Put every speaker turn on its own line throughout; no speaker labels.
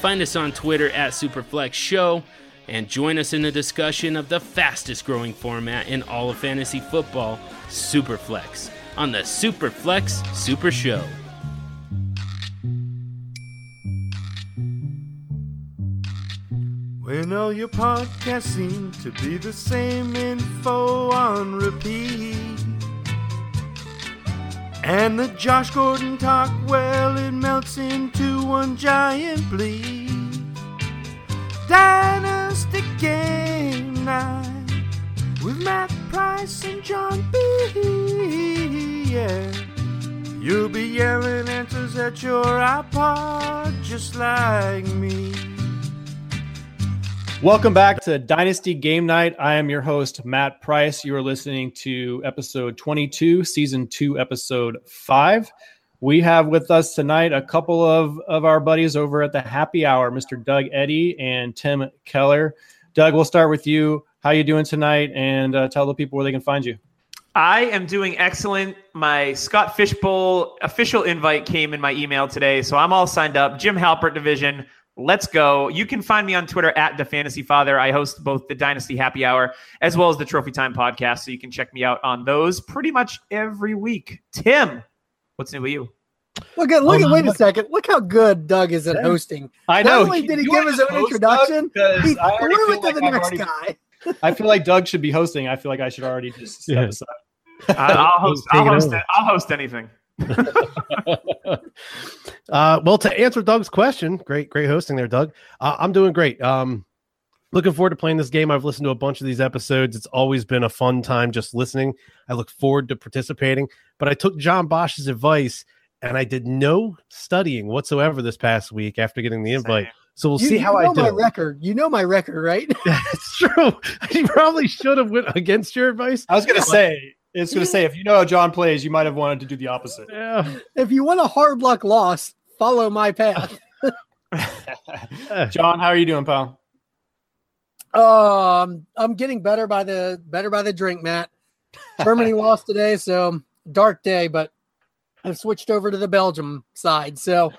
find us on Twitter at Superflex Show and join us in the discussion of the fastest growing format in all of fantasy football, Superflex, on the Superflex Super Show.
When all your podcasts seem to be the same info on repeat. And the Josh Gordon talk, well, it melts into one giant bleed. Dynasty Game Night with Matt Price and John B. Yeah. You'll be yelling answers at your iPod just like me.
Welcome back to Dynasty Game Night. I am your host, Matt Price. You are listening to episode 22, season two, episode five. We have with us tonight a couple of, of our buddies over at the happy hour, Mr. Doug Eddy and Tim Keller. Doug, we'll start with you. How you doing tonight? And uh, tell the people where they can find you.
I am doing excellent. My Scott Fishbowl official invite came in my email today, so I'm all signed up. Jim Halpert division. Let's go. You can find me on Twitter at the Fantasy Father. I host both the Dynasty Happy Hour as well as the Trophy Time podcast, so you can check me out on those pretty much every week. Tim, what's new with you?
Look at look at wait a second. Look how good Doug is at hosting.
I
Not
know.
only did he
You
give
wanna
us an
host,
introduction,
Doug? 'Cause
he
I already
threw
feel
it to
like
the
I've
next
already-
guy.
I feel like Doug should be hosting. I feel like I should already just step
Yeah.
aside.
Uh, I'll host. I'll
Taking
host,
over.
it. I'll host anything.
uh, well, to answer Doug's question, great, great hosting there, Doug. Uh, I'm doing great. Um, looking forward to playing this game. I've listened to a bunch of these episodes. It's always been a fun time just listening. I look forward to participating. But I took John Bosch's advice and I did no studying whatsoever this past week after getting the invite.
Same.
So we'll
you,
see
you
how
know
I
my
do.
record. You know my record, right?
That's true. I probably should have went against your advice.
I was gonna say, it's gonna say if you know how John plays, you might have wanted to do the opposite.
Yeah.
if you want a hard luck loss, follow my path.
John, how are you doing, pal?
Um, I'm getting better by the better by the drink, Matt. Germany lost today, so dark day, but I've switched over to the Belgium side. So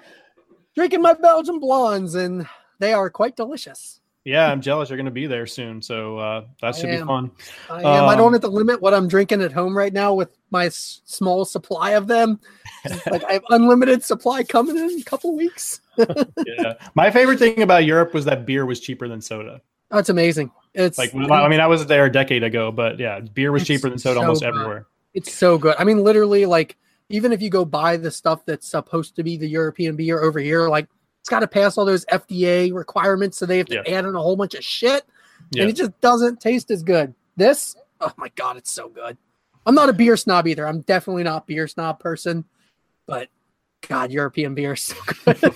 drinking my Belgium blondes, and they are quite delicious.
Yeah, I'm jealous. You're gonna be there soon, so uh, that should
I
be
am.
fun.
I am. I
Um,
don't have to limit what I'm drinking at home right now with my s- small supply of them. It's like I have unlimited supply coming in a couple weeks.
Yeah. My favorite thing about Europe was that beer was cheaper than soda.
That's amazing. It's
Like, well, I mean, I was there a decade ago, but yeah, beer was
It's
cheaper than soda
so
almost
good.
everywhere.
It's so good. I mean, literally, like even if you go buy the stuff that's supposed to be the European beer over here, like it's got to pass all those FDA requirements, so they have to
Yeah.
add in a whole bunch of shit,
Yeah.
and it just doesn't taste as good. This, oh my god, it's so good. I'm not a beer snob either. I'm definitely not a beer snob person, but God, European beer is so good.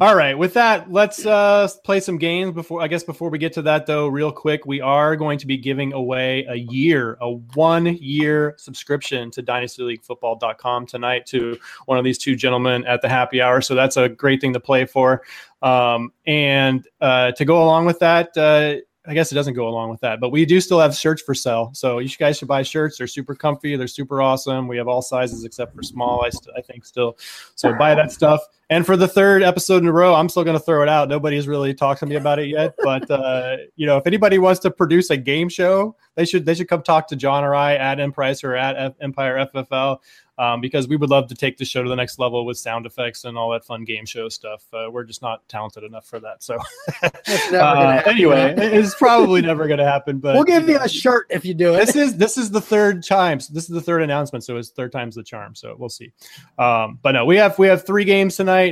All right, with that, let's uh, play some games before. I guess before we get to that, though, real quick, we are going to be giving away a year, a one-year subscription to DynastyLeagueFootball.com tonight to one of these two gentlemen at the happy hour. So that's a great thing to play for. Um, and uh, to go along with that, uh, I guess it doesn't go along with that, but we do still have shirts for sale. So you guys should buy shirts. They're super comfy. They're super awesome. We have all sizes except for small. I, st- I think still. So buy that stuff. And for the third episode in a row, I'm still going to throw it out. Nobody's really talked to me about it yet, but uh, you know, if anybody wants to produce a game show, they should they should come talk to John or I at Emprice or at F- Empire FFL um, because we would love to take the show to the next level with sound effects and all that fun game show stuff. Uh, we're just not talented enough for that. So
never gonna
uh,
happen.
anyway, it- it's probably never going to happen. But
we'll give you a shirt if you do it.
this is this is the third time. So this is the third announcement. So it's third time's the charm. So we'll see. Um, but no, we have we have three games tonight.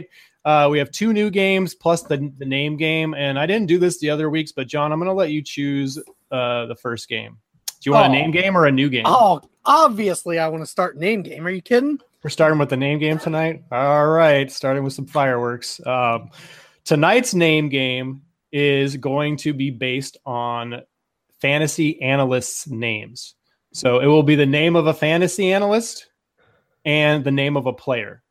Uh, we have two new games plus the the name game. And I didn't do this the other weeks, but John, I'm going to let you choose uh, the first game. Do you want
Oh.
a name game or a new game?
Oh, obviously, I want to start name game. Are you kidding?
We're starting with the name game tonight. All right, starting with some fireworks. Um, Tonight's name game is going to be based on fantasy analysts' names. So it will be the name of a fantasy analyst and the name of a player.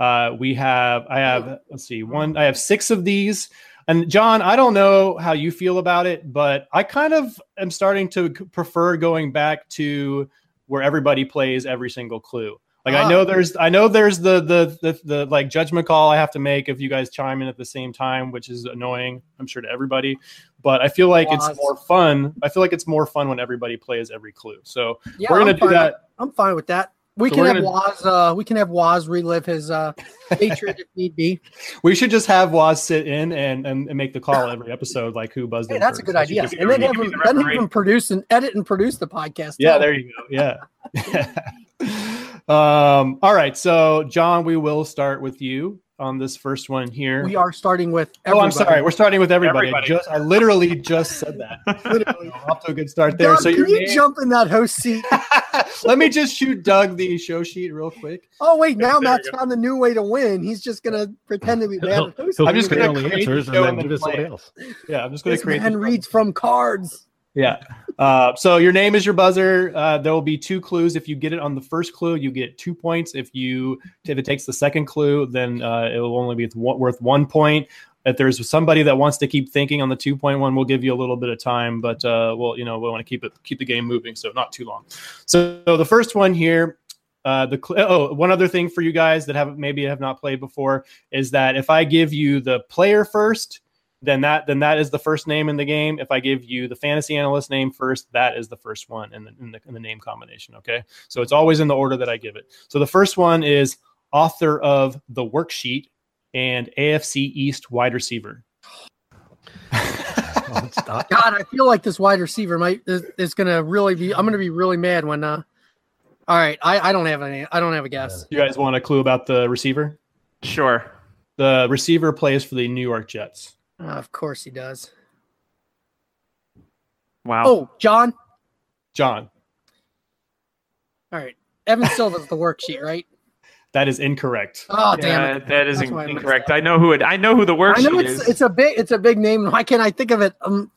Uh, we have, I have, let's see, one, I have six of these. And John, I don't know how you feel about it, but I kind of am starting to c- prefer going back to where everybody plays every single clue. Like I
Ah.
know there's, I know there's the, the the the like judgment call I have to make if you guys chime in at the same time, which is annoying, I'm sure to everybody. But I feel like it's
Pause.
more fun. I feel like it's more fun when everybody plays every clue. So
Yeah,
we're gonna
I'm
do
fine with-
that.
I'm fine with that. We
So
can
we're
have Waz. Uh, we can have Waz relive his uh, hatred if need be.
We should just have Waz sit in and, and, and make the call every episode, like who buzzed
Hey,
in
that's a
first.
good
That should
idea.
just be
And then
great.
have
be
him,
the
then have
referee.
him produce and edit and produce the podcast.
yeah,
too.
there you go. Yeah. um, all right. So, John, we will start with you on this first one here.
we are starting with.
oh, I'm
everybody.
sorry. We're starting with everybody.
Everybody.
I, just, I literally just said that.
Literally.
Off to a good start there.
Doug,
so, your
can you
name-
jump in that host seat?
let me just shoot Doug the show sheet real quick.
Oh wait, now
There we
Matt's
go.
found a new way to win. He's just gonna pretend to be
He'll,
bad. at host
he'll
I'm
give
just
the
gonna
only
create the
answers and
show
then
and
give
then
it to somebody
play it.
else.
Yeah, I'm just going to
This
create
man
this-
reads from cards.
Yeah. Uh, so your name is your buzzer. Uh, there will be two clues. If you get it on the first clue, you get two points. If you if it takes the second clue, then uh, it will only be wo- worth one point. If there's somebody that wants to keep thinking on the two point one, we'll give you a little bit of time, but uh, we'll you know we want to keep it keep the game moving, so not too long. So, so the first one here. Uh, the cl- oh, one other thing for you guys that haven't maybe have not played before is that if I give you the player first, then that then that is the first name in the game. If I give you the fantasy analyst name first, that is the first one in the in the, in the name combination. Okay, so it's always in the order that I give it. So the first one is author of the worksheet and AFC East wide receiver.
Oh, it's not-
God, I feel like this wide receiver might is, is gonna really be. I'm gonna be really mad when. uh All right, I, I don't have any. I don't have a guess.
You guys want a clue about the receiver?
Sure.
The receiver plays for the New York Jets.
Uh, of course he does.
Wow.
Oh, John.
John,
All right, Evan Silva's the worksheet, right?
that is incorrect.
Oh damn it!
Yeah, Uh, that is
That's why I messed
incorrect.
up.
I know who it. I know who the
I know
worksheet
it's
is.
it's a big it's a big name. Why can't I think of it? Um,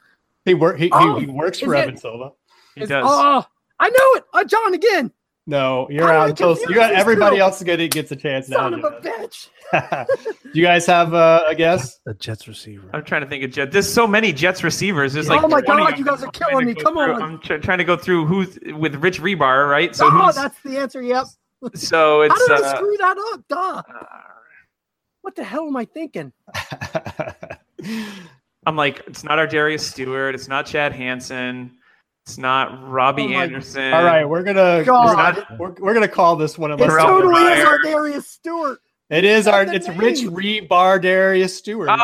He work he, he-
Oh,
he works for
is it-
Evan Silva.
he
it's-
does.
Oh, I know it. Uh, John again.
No, you're
Oh, I
out. Until,
confused
you got
these
everybody
two.
else gonna gets a chance now.
Son of a bitch.
Do you guys have uh, a guess?
the Jets receiver.
I'm trying to think of Jet. There's so many Jets receivers. There's
Yeah.
like
oh my
20
god,
of
you
them.
guys are
I'm trying
killing
to
me.
go
Come
through-
on.
I'm tr- trying to go through who's with Rich Rebar, right? So
oh,
who's,
that's the answer. Yep.
so
How
it's
did I
uh,
screw that up? Duh.
uh,
What the hell am I thinking?
I'm like it's not our Darius Stewart, it's not Chad Hansen, it's not Robbie
Oh my-
Anderson.
All right, we're gonna we're,
God.
not, we're, we're gonna call this one of
It
Terrell
totally is
Pryor.
our Darius Stewart.
It is our
the
it's
name.
Rich Rebar Darius Stewart.
Oh,
You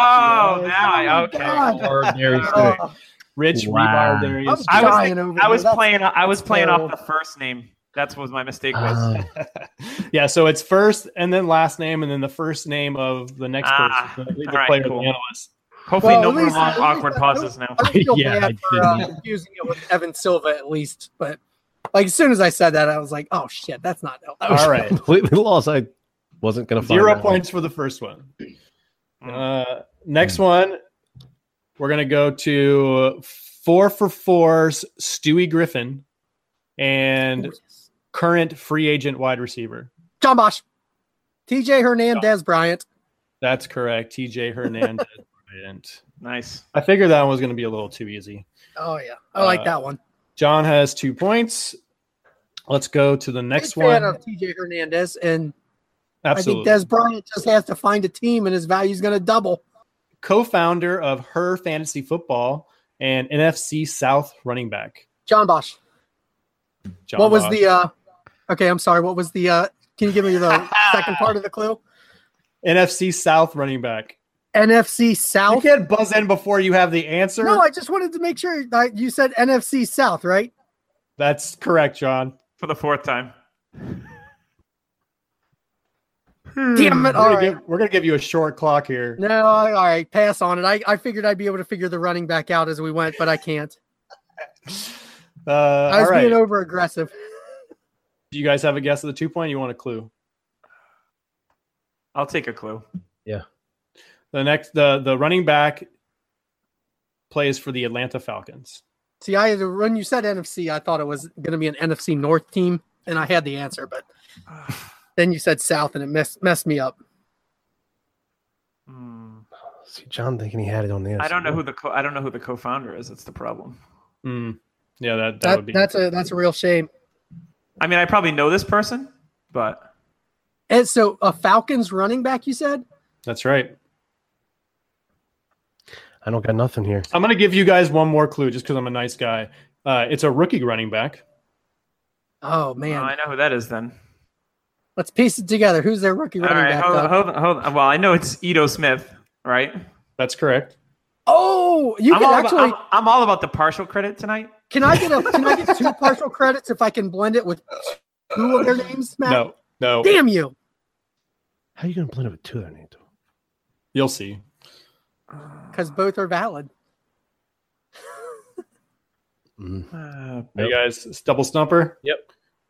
know,
now I
Oh,
okay.
God.
Stewart.
Oh,
Rich
Wow.
Rebar
I'm
Darius. Stewart.
I was
dying over
I
here.
was
That's-
playing. I was
that's
playing
terrible. Uh,
off the first name. That's what my mistake was.
Ah,
yeah, so it's first and then last name, and then the first name of the next
Ah,
person, the, the
all right,
player, the
cool.
analyst.
Hopefully,
Well,
no
at
more
least-
long
at least
awkward
I-
pauses now.
I feel
Yeah,
bad
I
for uh,
didn't.
confusing it with Evan Silva at least, but like as soon as I said that, I was like, "Oh shit, that's not."
All right,
completely lost. I wasn't gonna find
zero
that one.
points for the first one.
Hmm.
Uh, next
Hmm.
one, we're gonna go to four for fours Stewie Griffin and current free agent wide receiver.
John Bosch, T.J. Hernandez Bryant.
That's correct. TJ Hernandez. Bryant.
Nice.
I figured that one was going to be a little too easy.
Oh yeah, I like
Uh,
that one.
John has two points. Let's go to the next
Big fan
one.
of T.J. Hernandez, and
Absolutely.
I think Des Bryant just has to find a team, and his value's going to double.
Co founder of Her Fantasy Football and NFC South running back.
John Bosch.
John
what was
Bosch.
the? uh Okay, I'm sorry. What was the? uh Can you give me the second part of the clue?
NFC South running back?
NFC
You
South.
can't buzz in before you have the answer.
No, I just wanted to make sure that you said NFC South, right?
That's correct, John.
For the fourth time.
Damn it!
We're
All
gonna,
right.
give, we're gonna give you a short clock here.
No, I- all right, pass on it. I, I figured I'd be able to figure the running back out as we went, but I can't.
Uh,
I
all
was
right.
being over aggressive.
Do you guys have a guess of the two point? You want a clue?
I'll take a clue.
The next the the running back plays for the Atlanta Falcons.
See, I when you said NFC, I thought it was going to be an NFC North team, and I had the answer, but then you said South, and it messed messed me up.
Hmm.
See, John thinking he had it on the.
I don't know
answer.
who the co- I don't know who the co-founder is. That's the problem.
Mm. Yeah, that, that,
That,
would be
that's a that's a real shame.
I mean, I probably know this person, but
And so, a Falcons running back, you said?
that's right.
I don't got nothing here.
I'm gonna give you guys one more clue just because I'm a nice guy. Uh, it's a rookie running back.
Oh
Oh,
man,
I know who that is then.
let's piece it together. Who's their rookie
All
running
right,
back?
hold on,
Doug?
hold on, hold on. Well, I know it's Edo Smith, right?
That's correct.
Oh, you
I'm
can
all,
actually.
about, I'm, I'm all about the partial credit tonight.
can I get a can I get two partial credits if I can blend it with two of their names, Matt?
No, no,
Damn you!
How you gonna blend it with two? I need to.
you'll see.
Because both are valid.
Mm.
Uh,
Are you guys it's double stumper?
Yep.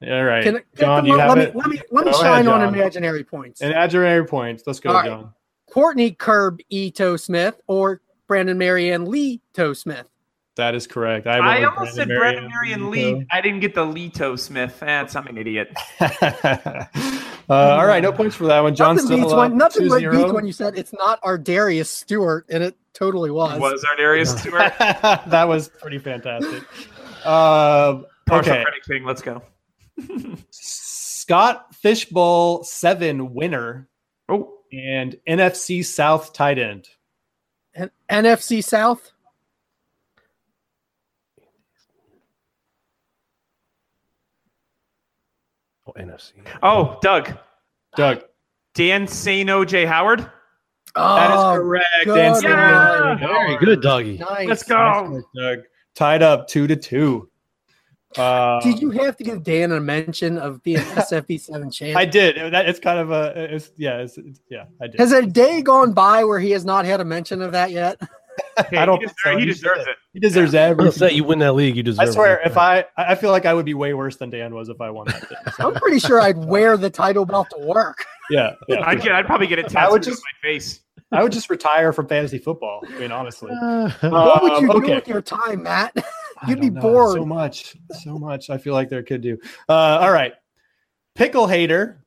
All right,
Can, I- can I
John,
come
do you
up-
have
let
it?
me let me let me
Go ahead,
shine on
John.
imaginary points.
An imaginary points. Let's go,
All right.
John.
Courtney Curb Ito Smith or Brandon Marianne Lee To Smith.
That is correct. I,
I
went with
almost said Brandon Marion Lee. I didn't get the Leto Smith. That's I'm an idiot.
uh, all right, no points for that one. John
nothing
still
beats
up
when, nothing but
2-0.
beats when you said it's not our Darius Stewart, and it totally was.
Was Ardarius Stewart?
that was pretty fantastic. Um,
Partial
okay,
credit king. Let's go.
Scott Fishbowl seven winner
Oh,
and NFC South tight end.
And NFC South.
Oh, NFC.
oh, Doug.
Doug,
Dan Sano J Howard.
that is
Oh,
correct.
good
Dan Snyder.
one.
very good, doggy.
nice.
Let's go.
Doug tied up two to two. Uh,
Did you have to give Dan a mention of being SFB7 champ?
I did. That, it's kind of a. It's, yeah. It's, it's, yeah. I did.
Has a day gone by where he has not had a mention of that yet?
Okay,
I don't
he
think so.
deserves, he
You
deserves
should.
it.
He deserves
I'll
everything.
say you win that league, you deserve.
I
it.
swear, if I, I feel like I would be way worse than Dan was if I won that. thing.
I'm pretty sure I'd wear the title belt to work.
yeah, yeah.
I'd, get, I'd probably get it
I
tattooed
would
on
just-
my face.
I would just retire from fantasy football. I mean, honestly,
What would you
Um,
do
okay.
with your time, Matt?
I
You'd be
don't know.
bored.
So much, so much. I feel like there could do. Uh, all right, pickle hater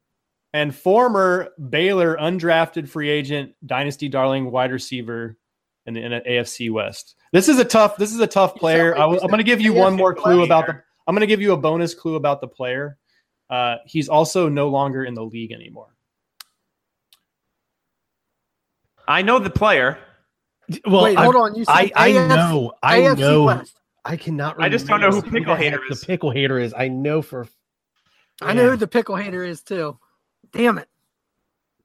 and former Baylor undrafted free agent, dynasty darling, wide receiver in the in the AFC West. This is a tough. This is a tough
You sound
player. I
like you
w- I'm
said
going to give you one
AFC
more clue about the.
player.
I'm going to give you a bonus clue about the player. Uh, he's also no longer in the league anymore.
I know the player.
well,
Wait,
I,
hold on. You said
I, I
AFC
know, I
AFC
know,
West.
I cannot.
I just don't
remember
know who Pickle
the heck
Hater is.
The pickle hater is. I know for.
I know who the pickle hater is too. Damn it.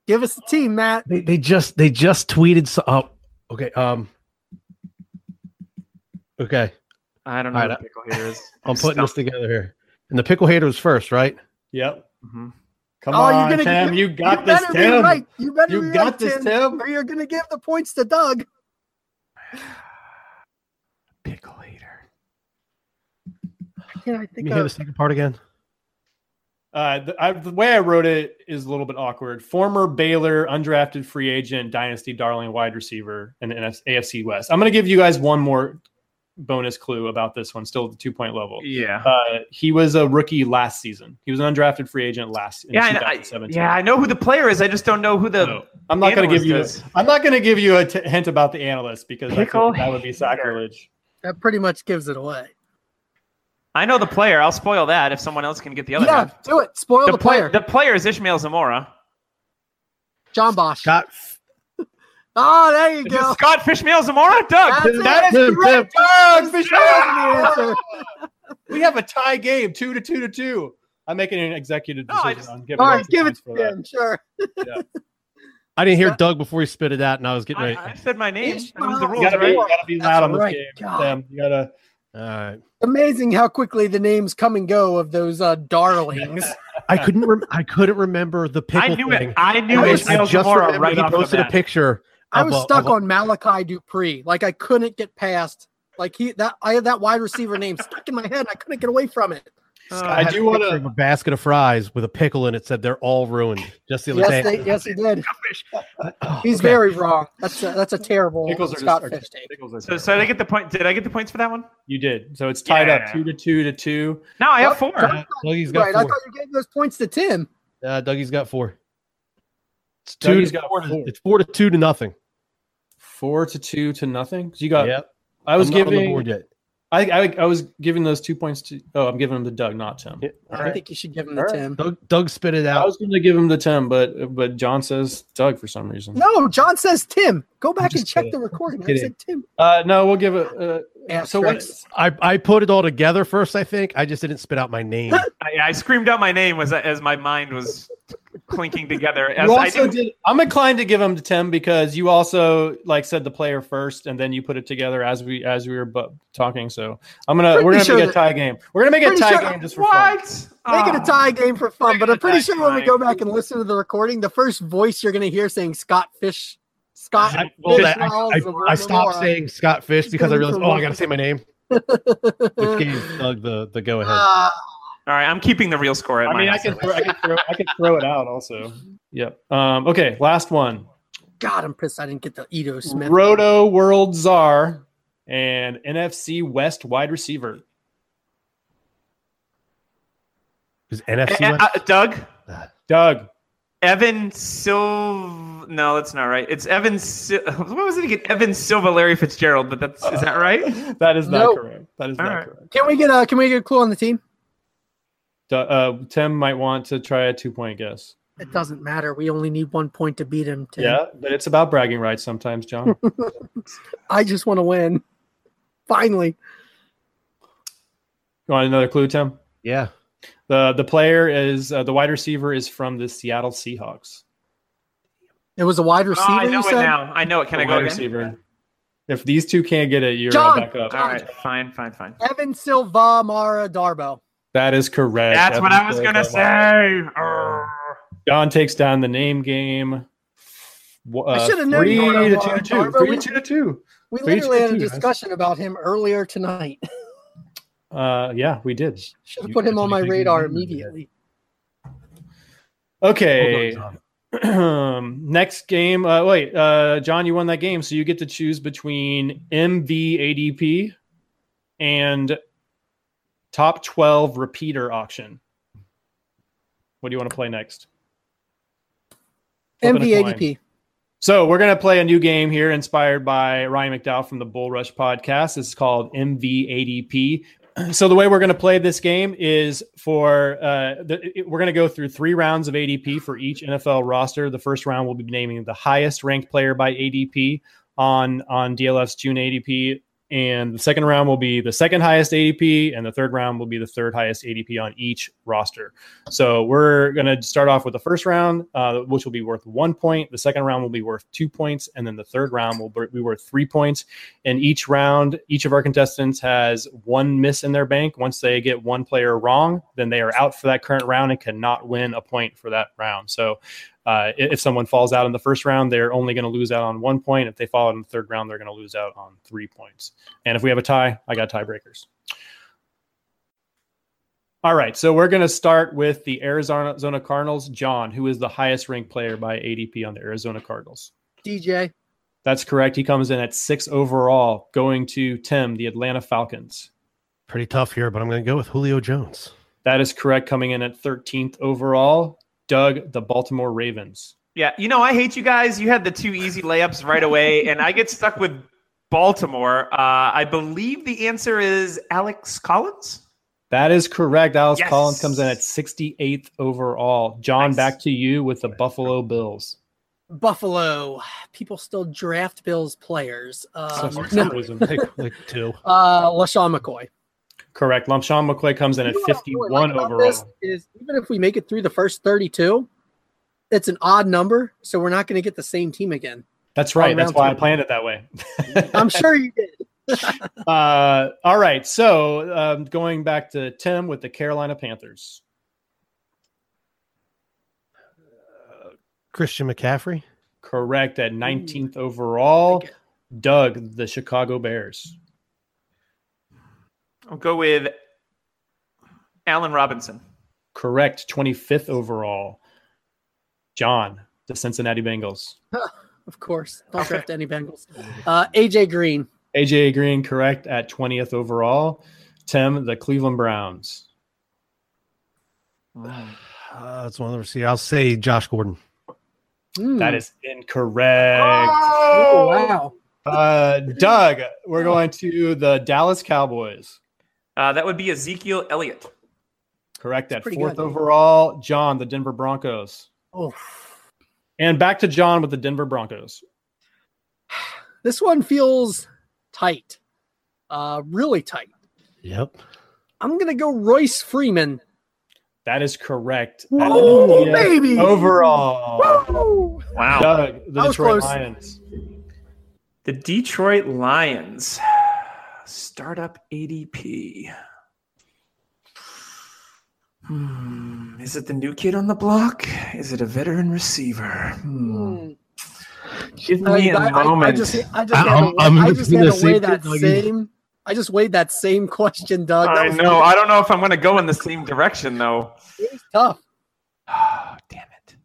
Give us the team, Matt.
They, they just they just tweeted. So, oh, okay. Um. Okay,
I don't know
All
who
right,
the pickle hater is.
I'm putting this together here, and the pickle hater was first, right?
Yep.
hmm
Come
Oh, you're
on,
gonna-
Tim. You got
you
this,
better
Tim.
Be right. You better
You
be
got
right,
this,
Tim,
Tim.
Or you're gonna give the points to Doug.
Pickle hater.
Can I
Can
think
you hear the
of
second part again?
Uh, the, I, the way I wrote it is a little bit awkward. Former Baylor undrafted free agent, dynasty darling wide receiver in the NF- AFC West. I'm going to give you guys one more bonus clue about this one. Still at the two point level.
Yeah.
Uh, he was a rookie last season. He was an undrafted free agent last in
Yeah, I, I-
2017.
yeah, I know who the player is. I just don't know who the
So, I'm not going to give
analyst
you.
is.
I'm not going to give you a t- hint about the analyst because I feel
Pickle
like that would be sacrilege.
that pretty much gives it away.
I know the player. I'll spoil that if someone else can get the other.
yeah,
half.
do it. Spoil the,
the
player.
player. The player is Ishmael Zamora.
John Bosch.
Got
Oh, there you
Is it
go.
Scott Fishmael Zamora? Doug.
That's it.
That is
Tim,
correct. Doug Fisher
Yeah.
is the answer. We have a tie game, two to two to two. I'm making an executive
No, I
decision
just-
on giving
All
up
right,
some
give it
points
to
for that.
him. Sure.
I didn't hear Doug before he spit it out, and I was getting
I,
ready.
I said my name. That
Ishmael
was the
You
rules,
gotta, be,
right?
you gotta be
That's
loud on this
right.
game,
God.
Sam. You gotta.
All right.
Amazing how quickly the names come and go of those uh, darlings.
I couldn't. Rem- I couldn't remember the pickle.
I knew
thing.
it. I knew
I
I
was-
Ishmael
just
Zamora
remembered
right
he
off the
posted a
bat.
picture.
I was
of a-
stuck
of a-
on Malachi Dupree. Like I couldn't get past. Like he that I had that wide receiver name stuck in my head. And I couldn't get away from it.
I,
I
do
do
want
wanna-
to a basket of fries with a pickle in it. Said they're all ruined. Just the other
Yes,
day.
they, yes, he did.
Oh,
He's
okay.
very wrong. That's a, that's a terrible
Pickles are
Scott
just.
Fish take.
pickles are
So, so did I get the point? Did I get the points for that one?
you did. So it's tied
Yeah.
up two to two to two.
No, I have
Nope.
four.
Uh, Dougie's got
Right, I
four.
thought you gave those points to Tim.
Uh, Dougie's got four. It's
Dougie's
to
got
four to-
four.
It's four to two to nothing.
Four to two to nothing. So you got.
Yep.
I was
I'm not on the
giving.
board yet.
I, I I was giving those two points to. Oh, I'm giving them to Doug, not Tim.
I think you should give him to
All right.
Tim.
Doug, Doug spit it
I
out.
was going to give him to Tim, but but John says Doug for some reason.
No, John says Tim. Go back and
just
check
kidding.
the recording. I
Kidding.
said Tim.
Uh, no, we'll give it. Uh, So
Asterix.
what's-
I, I put it all together first. I think I just didn't spit out my name.
I, I screamed out my name as as my mind was clinking together. As
you
I
also
didn't-
did. I'm inclined to give him to Tim because you also like said the player first, and then you put it together as we as we were bu- talking. So I'm gonna we're gonna
Pretty sure
make a
that-
tie game. We're gonna make a
pretty
tie
sure-
game just for fun.
what?
Make it a tie game for fun, but I'm
Ah.
pretty
Make it a
sure when we
tie
go back and listen to the recording, the first voice you're going to hear saying Scott Fish, Scott.
I, well,
Fish
I,
Wells
I-
and Vernon
I stopped
Mora.
saying Scott Fish
He's
because I
going
realized,
for
oh, I
one.
got to say my name, which gave Doug the, the go ahead.
Uh,
All right, I'm keeping the real score at
I mean, I
minus
can
seven.
throw, I can throw I can throw it out also. Yep. Um, okay, last one.
God, I'm pissed I didn't get the Edo Smith.
Roto World Czar and NFC West wide receiver.
Is
Eh,
NFC
eh,
West?
uh, Doug,
Doug.
Evan Silva. No, that's not right. It's Evan. Sil- what was it again? Evan Silva, Larry Fitzgerald. But that's is that right?
That is not
Nope.
correct. That is
All
not
right.
correct.
Can we get a Can we get a clue on the team?
Du- Uh, Tim might want to try a two point guess.
It doesn't matter. We only need one point to beat him. Tim.
Yeah, but it's about bragging rights sometimes, John.
I just want to win. Finally,
You want another clue, Tim?
Yeah.
The the player is uh, the wide receiver is from the Seattle Seahawks.
it was a wide
Oh,
receiver.
I know
you
it
said.
now. I know it. Can
The
I go
wide
again?
receiver. If these two can't get it, you're uh,
John!
back up.
All right, fine, fine, fine.
Evan Silva Mara Darbo.
That is correct.
That's what
Evan
I was
Silva.
gonna say. Oh. Arr.
John takes down the name game. Wha-
I
Uh,
shoulda known
three
you were
to
on
two to two.
Tarver.
Three
We-
to two to two.
We
Three
literally had a
two, guys.
discussion about him earlier tonight.
Uh, yeah, we did.
Should have
You-
put him
that's
on
what
my
you think you
radar
remember, yeah.
immediately. eh.
Okay. Um,
Hold on, John.
Next game. Uh, wait, uh, John, you won that game, so you get to choose between MVADP and top twelve repeater auction. What do you want to play next? Flip it a coin.
MVADP.
So we're gonna play a new game here, inspired by Ryan McDowell from the Bull Rush podcast. It's called MVADP. So the way we're gonna play this game is for uh, the, it- we're gonna go through three rounds of ADP for each NFL roster. The first round will be naming the highest ranked player by ADP on on DLF's June ADP, and the second round will be the second highest ADP, and the third round will be the third highest ADP on each roster. So we're going to start off with the first round, uh, which will be worth one point. The second round will be worth two points, and then the third round will be worth three points. And each round, each of our contestants has one miss in their bank. Once they get one player wrong, then they are out for that current round and cannot win a point for that round. So. Uh, i- if someone falls out in the first round, they're only going to lose out on one point. If they fall out in the third round, they're going to lose out on three points. And if we have a tie, I got tiebreakers. All right, so we're going to start with the Arizona Arizona Cardinals. John, who is the highest ranked player by ADP on the Arizona Cardinals?
DJ.
That's correct. He comes in at six overall, going to Tim, the Atlanta Falcons.
Pretty tough here, but I'm going to go with Julio Jones.
That is correct, coming in at 13th overall, Doug, the Baltimore Ravens.
Yeah, you know I hate you guys. You had the two easy layups right away, and I get stuck with Baltimore. Uh, I believe the answer is Alex Collins.
That is correct. Alice
Yes.
Collins comes in at 68th overall. John,
Nice.
back to you with the Buffalo Bills.
Buffalo. People still draft Bills players. Um,
So-
no.
Always a pick, like two.
Uh, LaShawn McCoy.
Correct. Lumpshawn McCoy comes in at
You know
51
what I really like about
overall.
this Is even if we make it through the first 32, it's an odd number, so we're not going to get the same team again.
That's right. That's
round
why I
two.
planned it that way.
I'm sure you did.
Uh, all right. So um, going back to Tim with the Carolina Panthers.
Christian McCaffrey.
Correct
Hmm.
at 19th overall.
Like
Doug, the Chicago Bears.
I'll go with Allen Robinson.
Correct. 25th overall. John, the Cincinnati Bengals.
Of course. Don't
Okay.
draft any Bengals. Uh, AJ Green.
AJ Green, correct, at 20th overall. Tim, the Cleveland Browns.
Oh.
Uh, it's one of the receivers. I'll say Josh Gordon.
Hmm.
That is incorrect.
Oh, wow.
Uh, Doug, we're going to the Dallas Cowboys.
Uh, that would be Ezekiel Elliott.
Correct at
pretty
fourth
good.
overall. John, the Denver Broncos.
Oh,
And back to John with the Denver Broncos.
this one feels tight. Uh, really tight.
Yep.
I'm gonna go Royce Freeman.
That is correct. at
Oh,
20th
baby.
Overall.
Woo!
Wow.
Doug, the
That was
Detroit
close.
Lions.
The Detroit Lions. Startup ADP. Hmm. Is it the new kid on the block? Is it a veteran receiver? Hmm.
Hmm.
Give
I,
me a
I- I- I
moment.
just, I just,
I-
had to,
I'm- I'm
I just
gonna
had to
say
weigh
that,
that
Dougie.
same. I just weighed that same question, Doug. That
I
was
know. I don't know if I'm going to go in the same direction, though.
it was tough.
Oh, damn it.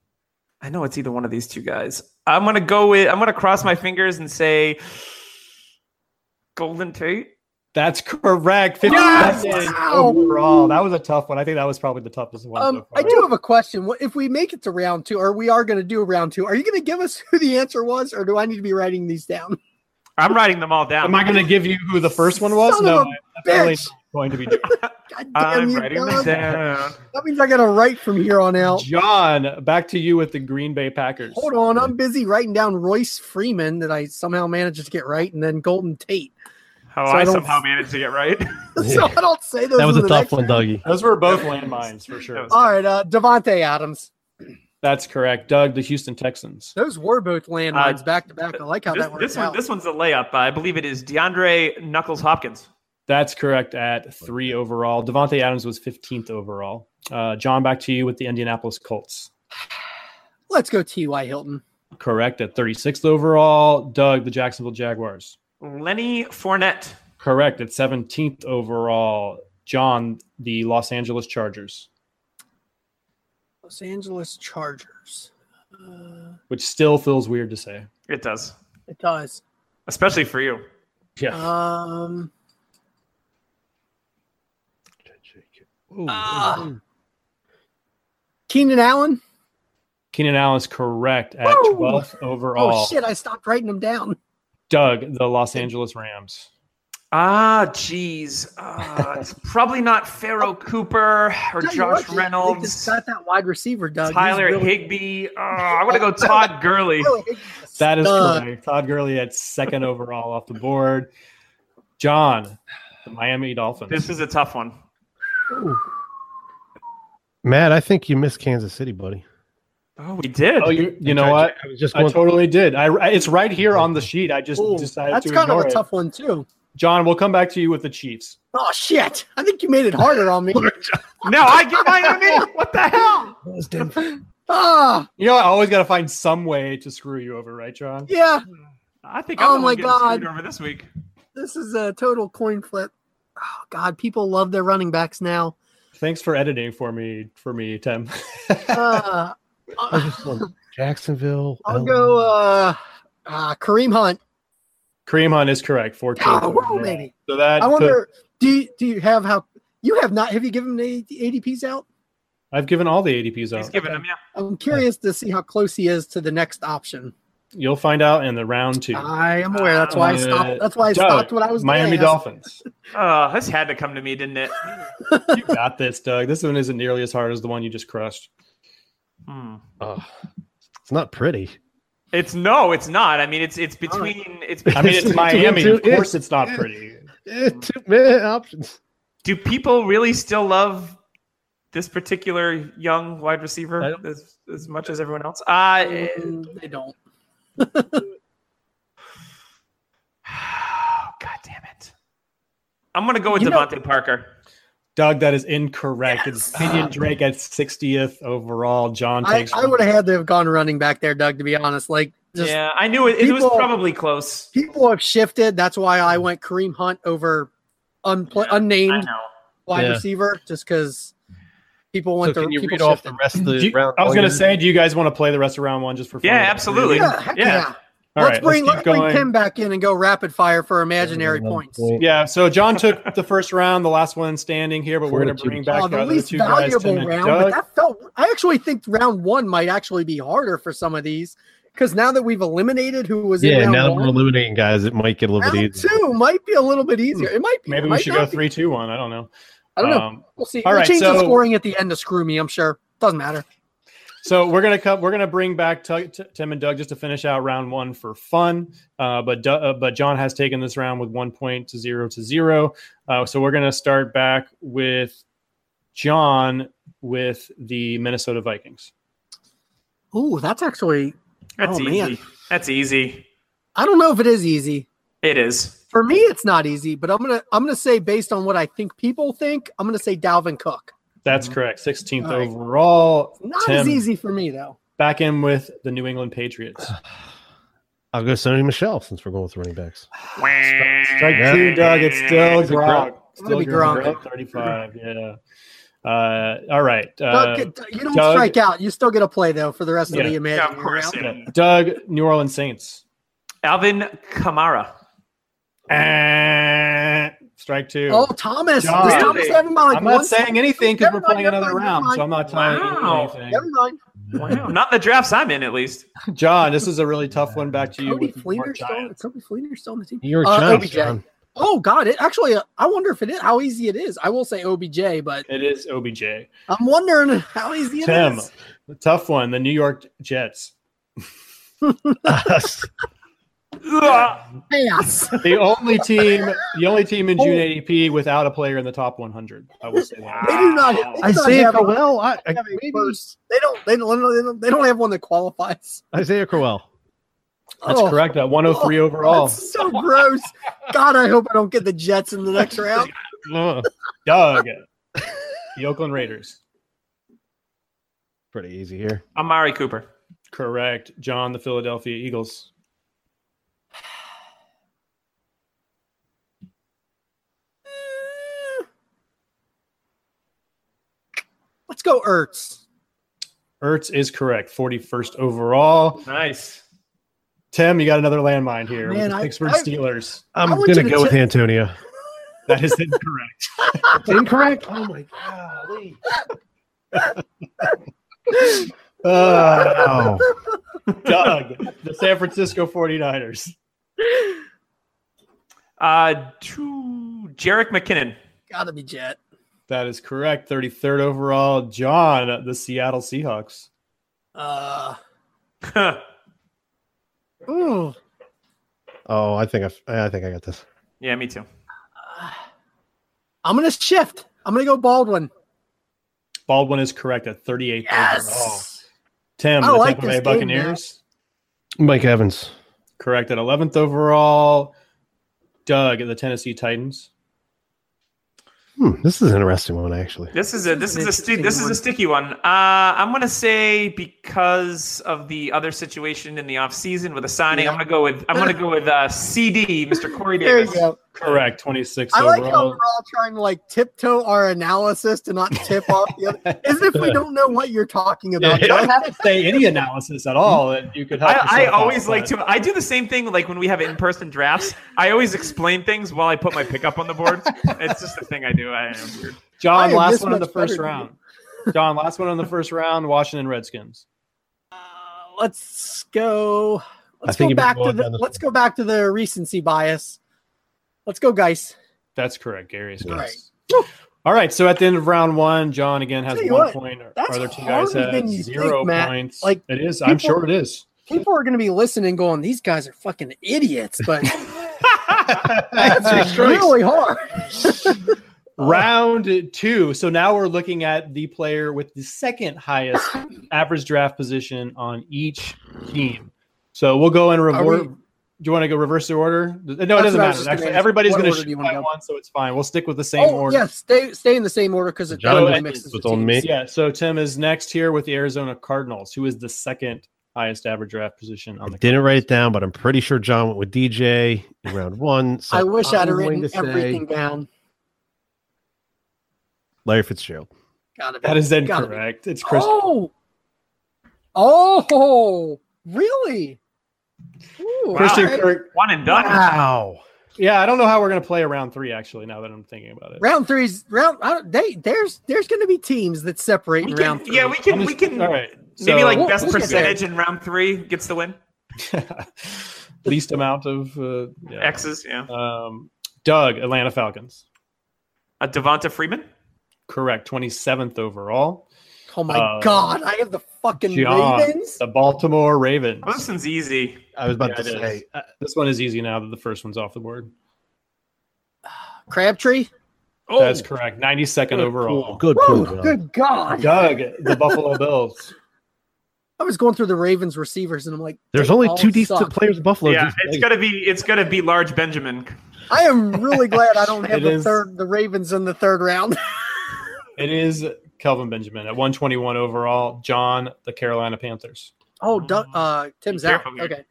I know it's either one of these two guys. I'm going to go with, I'm going to cross my fingers and say Golden Tate.
That's correct. 52nd
Wow.
overall. That was a tough one. I think that was probably the toughest one.
Um,
so
I
far.
do have a question. What If we make it to round two, or we are going to do round two, are you going to give us who the answer was, or do I need to be writing these down?
I'm writing them all down.
Am I going to give you who the first one was?
Son
no,
of
I'm
a
definitely
bitch.
not going to be doing
God damn
I'm
you,
writing them
Doug.
down.
That means I got to write from here on
that.
out.
John, back to you with the Green Bay Packers.
Hold on, I'm busy writing down Royce Freeman that I somehow managed to get right, and then Golden Tate.
How
So I
I
don't-
somehow managed to get right.
so I don't say those.
That was
in
a
the
tough
next
one,
round.
Dougie.
Those were both landmines for sure.
All right, uh, Devonte Adams.
That's correct. Doug, the Houston Texans.
Those were both landmines
Uh,
back to back. I like how
this,
that worked
this one,
out.
this one's a layup. I believe it is DeAndre Knuckles Hopkins.
That's correct at three overall. Devontae Adams was 15th overall. Uh, John, back to you with the Indianapolis Colts.
Let's go T.Y. Hilton.
Correct at 36th overall. Doug, the Jacksonville Jaguars.
Lenny Fournette.
Correct at 17th overall. John, the Los Angeles Chargers,
Los Angeles Chargers. Uh,
which still feels weird to say.
It does,
it does.
especially for you.
Yeah.
Um, Ah. Keenan Allen.
Keenan Allen is correct at
Woo!
12th overall.
Oh shit! I stopped writing them down.
Doug, the Los Angeles Rams.
Ah, jeez. Uh, it's probably not Pharaoh Cooper or
Tell you
Josh
what, they- they just
Reynolds,
got that wide receiver, Doug. He's
Tyler
really-
Higby. Oh, I want to go Todd Gurley.
really Higby's a
That is
stud.
correct. Todd Gurley at second overall off the board. John, the Miami Dolphins.
This is a tough one.
Matt, I think you missed Kansas City, buddy.
Oh, we did.
oh, you you know
I-
what?
I was just
I
going.
totally did. I I- it's right here on the sheet. I just
Ooh,
decided
That's
to
kind of
ignore
a
it.
tough one too.
John, we'll come back to you with the Chiefs.
Oh shit! I think you made it harder on me.
no, I get Miami. What the hell?
Ah,
You know, I always got to find some way to screw you over, right, John?
yeah.
I think I'm
Oh
the one
my
getting screwed
God.
over this week.
This is a total coin flip. Oh god, people love their running backs now.
Thanks for editing for me for me, Tim.
Uh,
I just want Jacksonville.
I'll
LA.
go uh, uh, Kareem Hunt.
Kareem Hunt is correct. 14th.
Oh, whoa,
overall.
baby.
So that
I
took-
wonder. Do you, do you have how you have not? Have you given the ADPs out?
I've given all the ADPs
He's
out.
giving them, yeah.
I'm curious to see how close he is to the next option.
You'll find out in the round 2.
I am aware. That's why I
Uh,
stopped. That's why Ah, I
Doug,
stopped what I was. gonna
Miami
ask.
Dolphins.
Oh, this had to come to me, didn't it?
you got this, Doug. This one isn't nearly as hard as the one you just crushed.
Hmm.
uh,
Ugh. it's not pretty.
It's no, it's not. I mean, it's it's between it's.
I mean, it's Miami. Of
Dude,
course, it's not pretty.
Eh,
Hmm.
Two minute options.
Do people really still love this particular young wide receiver as, as much as everyone else? Uh,
Mm, They don't.
God damn it! I'm gonna go with
You know-
Devontae Parker.
Doug, that is incorrect. It's Pinion Drake at 60th overall. John
I,
takes.
I would have had to have gone running back there, Doug. To be honest, like just
yeah, I knew it. It was
people-
probably close.
people have shifted. That's why I went Kareem Hunt over unpl-
I
unnamed.
know.
wide
Yeah.
receiver just because people
So
want
can
to
you
people
read off the
shifted.
rest of the
Do you-
round?
I was
while
gonna
you're-
say, do you guys want to play the rest of round one just for fun?
Yeah, absolutely.
Yeah, heck yeah.
Yeah.
All
let's
right,
bring
keep
let's, bring
going.
Tim back in and go rapid fire for imaginary points. Oh,
Yeah, so John took the first round, the last one standing here, but we're going to bring
Fortitude.
back
Oh,
uh,
the least
two guys,
valuable
Tim and
round,
Doug.
but that felt. I actually think round one might actually be harder for some of these because now that we've eliminated who was in
Yeah,
round
now that we're
one,
eliminating guys, it might get a little bit
round
easier.
two might be a little bit easier. It might be.
Maybe
it
we
might
should
not
go
be.
three, two, one. I don't know.
I don't know.
Um,
We'll see.
all
we'll
right,
change the
so-
scoring at the end to screw me. I'm sure. Doesn't matter.
So we're gonna come, we're gonna bring back Tu- T- Tim and Doug just to finish out round one for fun. Uh, but Du- uh, but John has taken this round with one point to zero to zero. Uh, so we're gonna start back with John with the Minnesota Vikings.
Ooh, that's actually.
That's
Oh,
easy.
man.
That's easy.
I don't know if it is easy.
It is.
For me, it's not easy, but I'm gonna I'm gonna say based on what I think people think, I'm gonna say Dalvin Cook.
That's correct. 16th
Mm-hmm. All right.
overall.
Not as
Tim.
easy for me though.
Back in with the New England Patriots.
I'll go Sony Michelle since we're going with running backs.
Strike two, Doug. It's still
It's a Gronk.
Gronk.
It's gonna be Gronk.
Gronk, 35. Yeah. Uh, all right.
Doug,
Uh,
get- you don't
Doug-
strike out. You still get a play though for the rest
Yeah.
of the
Yeah,
imaginary
of course.
round.
yeah.
Doug, New Orleans Saints.
Alvin Kamara.
Eh, strike two.
Oh, Thomas.
John.
Does Thomas have him by like
I'm
one
not saying anything because we're
Never mind,
playing
never
another
mind,
round,
never
so I'm not telling
Wow.
you anything.
Never mind.
Wow. Not the drafts I'm in, at least.
John, this is a really tough one. Back to you.
Cody
with the New York
Fleaner still,
Giants.
Cody Fleaner still on the team.
New York
Uh,
Giants.
OBJ.
John.
Oh God! It actually. uh, I wonder if it is how easy it is. I will say OBJ, but
It is OBJ.
I'm wondering how easy it is.
Tim, the tough one. The New York Jets.
Chaos.
The only team, the only team in
Oh.
June ADP without a player in the top 100. I will say that.
They do not. they do not
Isaiah
have a-
Crowell. I, I,
have a
maybe
first. They don't. They don't. They don't, they don't have one that qualifies.
Isaiah Crowell.
That's
Oh,
correct. At 103 overall.
That's so gross. God, I hope I don't get the Jets in the next round.
Ugh.
Doug, the Oakland Raiders.
Pretty easy here.
Amari Cooper.
Correct. John, the Philadelphia Eagles.
Let's go Ertz.
Ertz is correct. 41st overall.
Nice.
Tim, you got another landmine here. with
Man,
the
I-
Pittsburgh
I-
Steelers.
I'm
I want
gonna
you to
go with
check-
Antonio.
That is incorrect.
Incorrect. Oh my god.
Uh,
Oh,
Doug, the San Francisco 49ers.
Uh, to Jarek McKinnon.
Gotta be Jet.
That is correct. 33rd overall. John, the Seattle Seahawks.
Uh, ooh.
Oh, I think I, I think I got this.
yeah, me too.
I'm gonna shift. I'm gonna go Baldwin.
Baldwin is correct at 38th overall.
Yes.
Tim,
I
the
like
Tampa Bay
this game,
Buccaneers.
Mike Evans.
Correct at 11th overall. Doug, the Tennessee Titans.
Hmm, this is an interesting one actually.
This is a this is a
This is an
sti-
interesting
this is
one.
a sticky one. Uh, I'm gonna say because of the other situation in the offseason with a signing,
Yeah.
I'm gonna go with I'm gonna go with uh, CD, Mr. Corey
There you
Davis.
go.
Correct. 26th
I like how
overall.
we're all trying to like tiptoe our analysis to not tip off the other. Isn't if we don't know what you're talking
Yeah,
about?
you don't have to say any analysis at all. That you could. Help
I, I
yourself out,
always like
but-
to. I do the same thing like when we have in person drafts. I always explain things while I put my pickup on the board. it's just a thing I do. I, I'm weird.
I
John,
am
last
this
one in the
much
first
better than
round. John, last one in the first round. Washington Redskins.
Uh, let's go. Let's
think
go
you've been
back to
going
the.
down the-
Let's go back to the recency bias. Let's go, guys.
That's correct, Gary. is
Right.
correct. All right. So at the end of round one, John again has
Tell
one
you what,
point. Our
that's
other two guys
harder
have
than you
zero
think, Matt.
points.
Like,
it is. I'm
people-
sure it is.
People are going to be listening, going, "These guys are fucking idiots," but
That's
it's really hard. Uh.
Round two. So now we're looking at the player with the second highest average draft position on each team. So we'll go in reverse.
we-
Do you want to go reverse the order? No, it doesn't
what I was
matter.
just
Actually,
gonna ask.
everybody's
What
going
order
to
do you
shoot
wanna
by
go?
one, so it's fine. We'll stick with the same
Oh
order.
yeah, stay stay in the same order because it
John
totally
Edwards
mixes the
was on
teams.
me.
Yeah. So Tim is next here with the Arizona Cardinals, who is the second highest average draft position
I
on the.
didn't write it down, but I'm pretty sure John went with DJ in round one. So
I wish I'd
I'm
have
going
written
to say-
everything down.
Larry Fitzgerald.
Gotta be.
That is
Gotta be.
incorrect. It's Chris.
Oh, oh, really? Ooh,
Christian
all right.
Kirk.
One and done.
Wow.
Yeah, I don't know how we're gonna play a round three. Actually, now that I'm thinking about it,
Round three's round. I don't, they there's there's going to be teams that separate
We
in
can-
round. Three.
yeah, we can
I'm
we
just-
can
All right.
maybe
so-
like
We'll-
best
we'll get
percentage in round three gets the win.
least amount of uh, yeah.
X's, yeah.
Um, Doug, Atlanta Falcons.
Uh, Devonta Freeman.
Correct. 27th overall.
Oh my
Uh,
god, I have the fucking
John,
Ravens.
The Baltimore Ravens.
Oh, this one's easy.
I was about
Yeah,
to
it
say.
is. This one is easy now that the first one's off the board.
Crabtree.
Oh,
That's correct. 92nd
Good
overall.
pull, Good
Whoa,
pull, John.
good god.
Doug, the Buffalo Bills.
I was going through the Ravens receivers and I'm like,
There's
they
only
all
two decent
suck.
players in Buffalo.
yeah,
Just-
it's gonna be it's gonna be large Benjamin.
I am really glad I don't have
It
the
is.
third the Ravens in the third round.
It is Kelvin Benjamin at 121 overall. John, the Carolina Panthers.
oh, Doug, uh, Tim's out.
careful here.
Okay,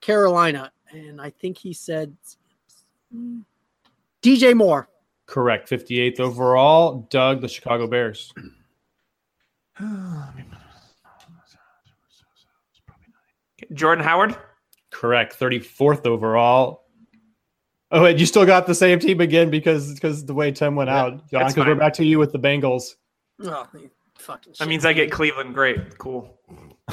Carolina, and I think he said Mm. DJ Moore.
Correct. 58th overall. Doug, the Chicago Bears.
Jordan Howard.
Correct. 34th overall. Oh, wait, you still got the same team again because because the way Tim went
Yeah,
out, John.
that's
Because we're
fine.
back to you with the Bengals.
Oh, you fucking. Shit.
That means I get Cleveland. Great, cool.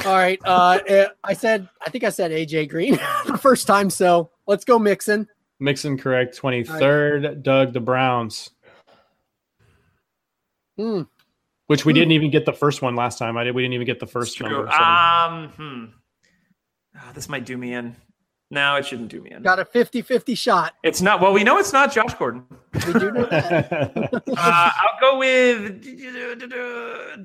all right. Uh, eh, I said, I think I said AJ Green the first time, so let's go Mixon.
Mixon correct, twenty third. Doug the Browns,
Hmm.
which we didn't even get the first one last time. I did. We didn't even get the first
True.
number. so-
Um, hmm. Ah, this might do me in. No, it shouldn't do me in.
Got a 50-50 shot.
It's not. Well, we know it's not Josh Gordon.
We do know that.
Uh, I'll go with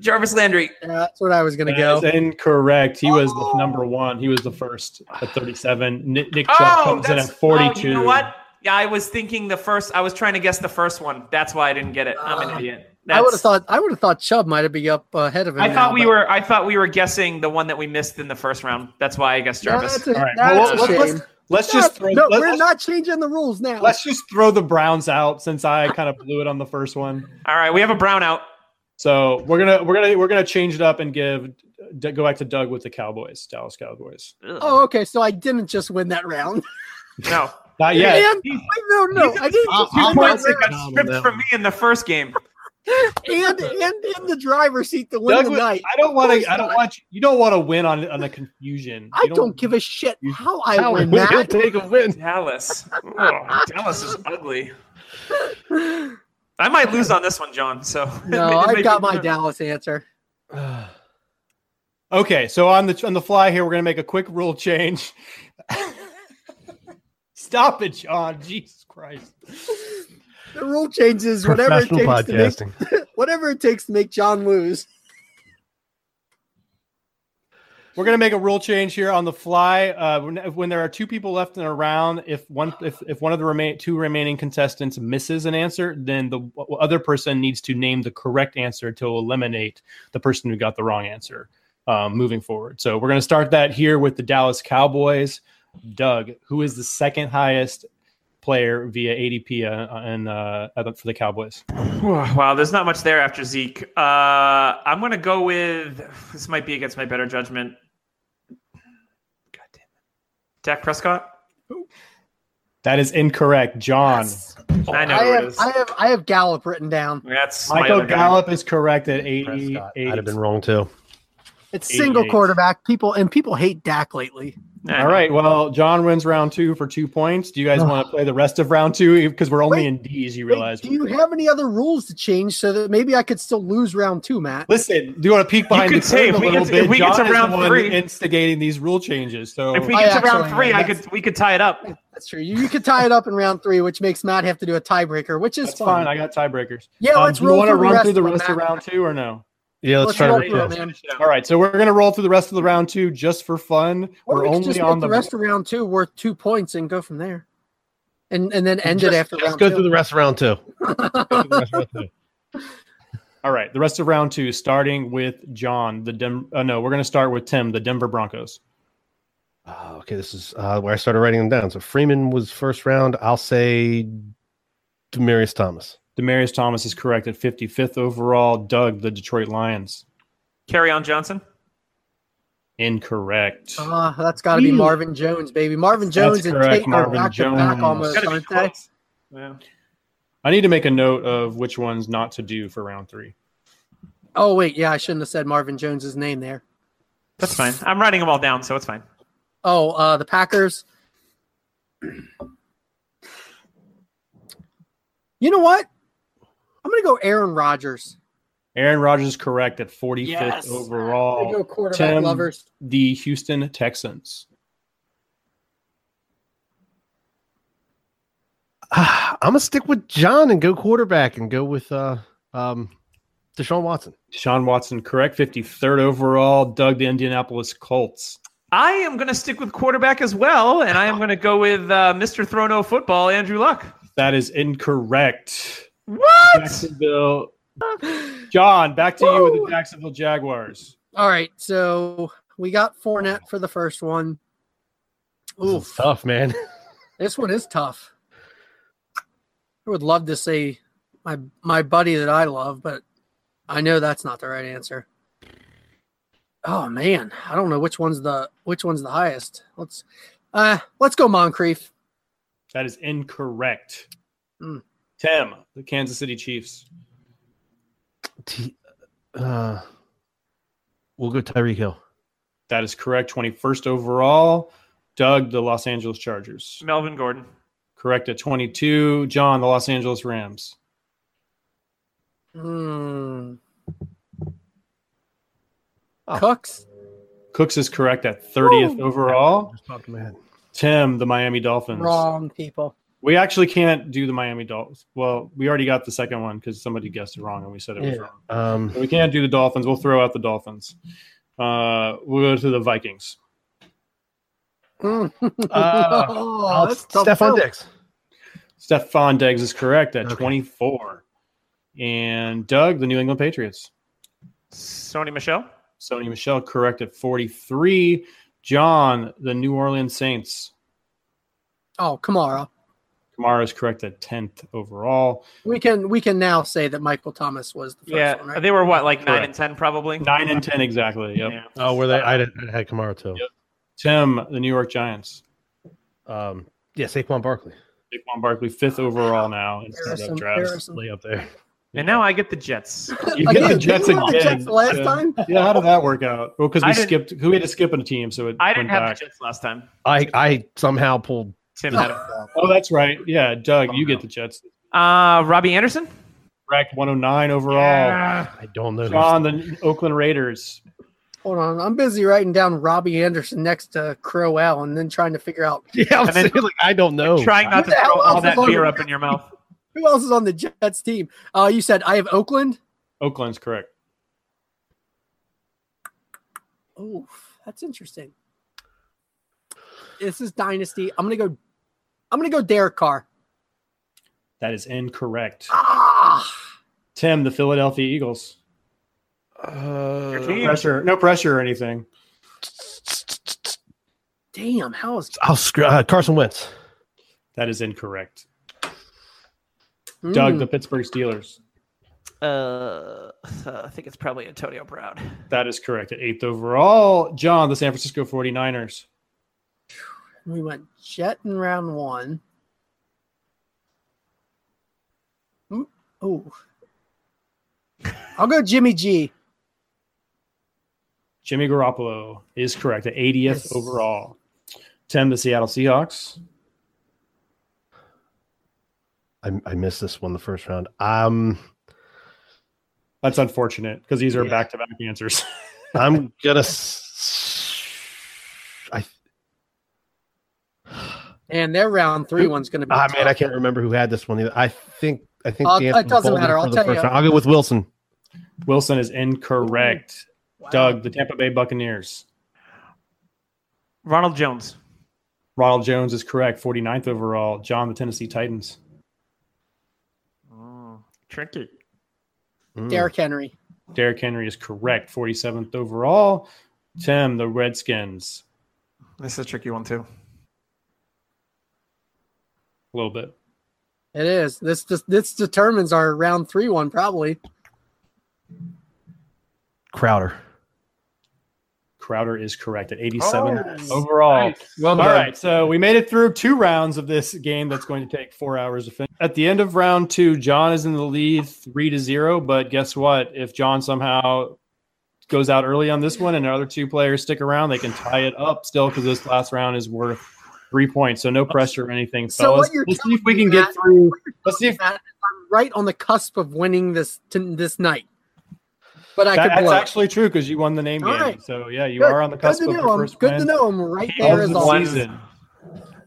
Jarvis Landry.
Yeah, that's what I was gonna go.
That is incorrect. He was the
Oh.
number one. He was the first at thirty seven. Nick, Nick Chubb
Oh,
comes in
that's
at forty two.
Oh, you know what? Yeah, I was thinking the first. I was trying to guess the first one. That's why I didn't get it. I'm an
Ah.
idiot.
I would
That's-
have thought I would have thought Chubb might have been up ahead of him.
I
now,
thought we
but-
were. I thought we were guessing the one that we missed in the first round. That's why I guessed
No,
Jarvis.
that's a,
All right.
that's
Well,
a
let's- let's-
shame.
Let's just throw.
no,
let,
we're
us
not changing the rules now.
let's just throw the Browns out since I kind of blew it on the first one.
All right, we have a brown out.
So we're gonna we're gonna we're gonna change it up and give d- go back to Doug with the Cowboys, Dallas Cowboys.
oh, okay. So I didn't just win that round.
no.
Not yet.
And- I don't know. I didn't
I'll-
just
Two
win
I'll
that
points that
take
round.
got
on
stripped
that
from
one.
me in the first game.
and and in the driver's seat to win
Doug
the
was-
night.
I don't want
course
to. I don't
not.
want you- you. Don't want to win on on the confusion.
I
You
don't, give a shit
you-
how I
How
win
we could
that.
take a win.
Dallas. Oh, Dallas is ugly. I might lose on this one, John. So
No,
It may
I've
be-
got my Dallas answer.
Okay, so on the on the fly here, we're gonna make a quick rule change. Stop it, John! Jesus Christ!
The rule changes whatever it
Professional
takes to make
podcasting.
whatever it takes to make John lose.
We're gonna make a rule change here on the fly. Uh, when, when there are two people left in a round, if one if, if one of the remain two remaining contestants misses an answer, then the w- other person needs to name the correct answer to eliminate the person who got the wrong answer. Um, moving forward, so we're gonna start that here with the Dallas Cowboys. Doug, who is the second highest player via ADP uh, and uh, for the Cowboys?
Wow, there's not much there after Zeke. Uh, I'm gonna go with this. Might be against my better judgment. God damn it, Dak Prescott.
That is incorrect, John.
I know
I
who it
have
is.
I have I have Gallup written down.
That's my
Michael
other guy.
Gallup is correct at eighty.
Prescott. I'd have been wrong too.
It's single
88.
quarterback. People and people hate Dak lately.
Nah,
All right. Well, John wins round two for two points. Do you guys want to play the rest of round two? Because we're only
Wait,
in D's, you
Wait,
realize.
do you have any other rules to change so that maybe I could still lose round two, Matt?
Listen, do you want to peek behind
could
the
say
curtain
if
a
we
little
get to-
bit?
if we get
John
to
is the
round
one
three-
instigating these rule changes. So
If we
I
get to
actually
round three,
am.
I could we could tie it up.
That's true. You, you could tie it up in round three, which makes Matt have to do a tiebreaker, which is
that's fine.
fun.
I got tiebreakers.
yeah,
Um,
let's
do you
roll
want to run through the
of it,
rest of
Matt.
round two or no?
Yeah,
Let's
let's, try to
roll
make
through it,
this.
man.
All right. So we're going to roll through the rest of the round two just for fun.
Or
We're
we could
only
just
on
make the
the
rest of round two worth two points and go from there, and and then end it
Just-
after
just
round
go
two.
through the rest of round two. Go through the rest of round two.
All right. The rest of round two, starting with John. The Dem- uh, No, we're going to start with Tim, the Denver Broncos.
Oh, okay, this is uh, where I started writing them down. So Freeman was first round. I'll say Demarius Thomas.
Demarius Thomas is correct at 55th overall. Doug, the Detroit Lions.
Carry on, Johnson.
Incorrect.
Uh, that's got to be Marvin Jones, baby. Marvin Jones
That's
and
correct,
Tate are
Marvin
back to back
Jones.
almost,
Gotta be
aren't they?
close. Yeah.
I need to make a note of which ones not to do for round three.
Oh wait, yeah, I shouldn't have said Marvin Jones's name there.
That's fine. I'm writing them all down, so it's fine.
Oh, uh, the Packers. You know what? I'm gonna go Aaron Rodgers.
Aaron Rodgers is correct at 45th
Yes.
I'm gonna go
overall.
quarterback
Tim.
lovers.
The Houston Texans.
Ah, I'm gonna stick with John and go quarterback and go with uh um Deshaun Watson.
Sean Watson, correct. 53rd overall. Doug, the Indianapolis Colts.
I am going to stick with quarterback as well, and I am going to go with uh, Mr. Throw No Football, Andrew Luck.
That is incorrect.
What?
Jacksonville. John, back to you with the Jacksonville Jaguars.
All right, so we got Fournette for the first one.
This is
Oof,
tough man.
this one is tough. I would love to say my my buddy that I love, but I know that's not the right answer. Oh man, I don't know which one's the which one's the highest. Let's uh let's go Moncrief.
That is incorrect.
Mm.
Tim, the Kansas City Chiefs.
T- uh, we'll go Tyreek Hill.
That is correct. 21st overall. Doug, the Los Angeles Chargers.
Melvin Gordon.
Correct at 22. John, the Los Angeles Rams.
Hmm.
Oh.
Cooks.
Cooks is correct at 30th overall.
Just popped in my head.
Tim, the Miami Dolphins.
Wrong people.
We actually can't do the Miami Dolphins. Well, we already got the second one because somebody guessed it wrong and we said it was
Yeah.
wrong.
Um,
But we can't do the Dolphins. We'll throw out the Dolphins. Uh, we'll go to the Vikings.
Mm.
Uh,
Oh,
I'll-
that's tough
Stephon
too.
Diggs.
Stefan Diggs is correct at
Okay.
24. And Doug, the New England Patriots.
Sony Michelle.
Sony Michelle correct at 43. John, the New Orleans Saints.
Oh, Kamara.
Kamara is correct at 10th overall.
We can we can now say that Michael Thomas was the first
Yeah,
one, right?
they were what, like nine
Correct.
and ten, probably.
9 and 10 exactly. Yep.
Yeah.
Oh, were they? I had, I had Kamara too.
Tim, the New York Giants.
Um, yeah, Saquon Barkley
Saquon Barkley, fifth overall now.
There are
Instead
some-
of
there are
drafts.
some-
lay up there.
And now I get the Jets.
You
Again,
get the
did
Jets
you have the
again.
Jets last
yeah.
time?
Yeah, how did that work out? Well, because
I
we
didn't-
skipped, we had to skip on a team, so it
I didn't
went
have
back.
the Jets last time.
I I somehow pulled.
Tim had him.
Oh, that's right. Yeah, Doug,
Oh,
you get the Jets.
Uh, Robbie Anderson.
Correct, 109 overall.
I don't know.
John, the Oakland Raiders.
Hold on, I'm busy writing down Robbie Anderson next to Crowell, and then trying to figure out
who's- yeah, I'm
and then-
saying, like I don't
Oh.
know.
Trying not to
Who the hell
throw all
else
that
is on
beer
the-
up in your mouth.
who else is on the Jets team. Uh, you said I have Oakland.
Oakland's correct.
Oh, that's interesting. This is dynasty. I'm gonna go. I'm gonna go Derek Carr.
That is incorrect.
Ah,
Tim, the Philadelphia Eagles.
Uh,
Your team.
Pressure, no pressure or anything.
damn. How is
I'll screw uh, Carson Wentz.
That is incorrect.
Mm. hmm.
Doug, the Pittsburgh Steelers.
Uh, I think it's probably Antonio Brown.
That is correct. At eighth overall, John, the San Francisco 49ers.
We went Jet in round one. Oh, I'll go Jimmy G.
Jimmy Garoppolo is correct at 80th
Yes.
overall. Tim, the Seattle Seahawks.
I, I missed this one the first round. Um,
That's unfortunate because these are
Yeah.
back to back answers.
I'm gonna. s- I
And their round three one's going to be.
ah man,
tough.
I can't remember who had this one either. I think I think
I'll-
the
Uh, it
answer was
doesn't
Bolden
matter.
for
I'll
the
tell
first
you.
round. I'll go with Wilson.
Wilson is incorrect.
Wow.
Doug, the Tampa Bay Buccaneers.
Ronald Jones.
Ronald Jones is correct, 49th overall. John, the Tennessee Titans.
Oh.
Mm, tricky.
Mm.
Derrick Henry.
Derrick Henry is correct, 47th overall. Tim, the Redskins.
This is a tricky one too.
A little bit.
It is. This this, this determines our round three one probably.
Crowder.
Crowder is correct at 87
Oh.
overall.
Well
All
done.
right, so we made it through two rounds of this game that's going to take four hours to finish. At the end of round two, John is in the lead three to zero. But guess what? If John somehow goes out early on this one and the other two players stick around, they can tie it up still because this last round is worth three points. So no pressure or anything,
So what
fellas.
you're
Let's see if we
telling
can
me,
get
Matt-
through. Let's see if
Matt, I'm right on the cusp of winning this to, this night. But I
that-
could
that's
blow. it.
actually true because you won the name
All
game.
right.
So yeah, you
Good.
are on the
Good
cusp
to
of
know
the
I'm-
first
Good
win
to know I'm right
He
there
of
as
is
the
always.
one-
season.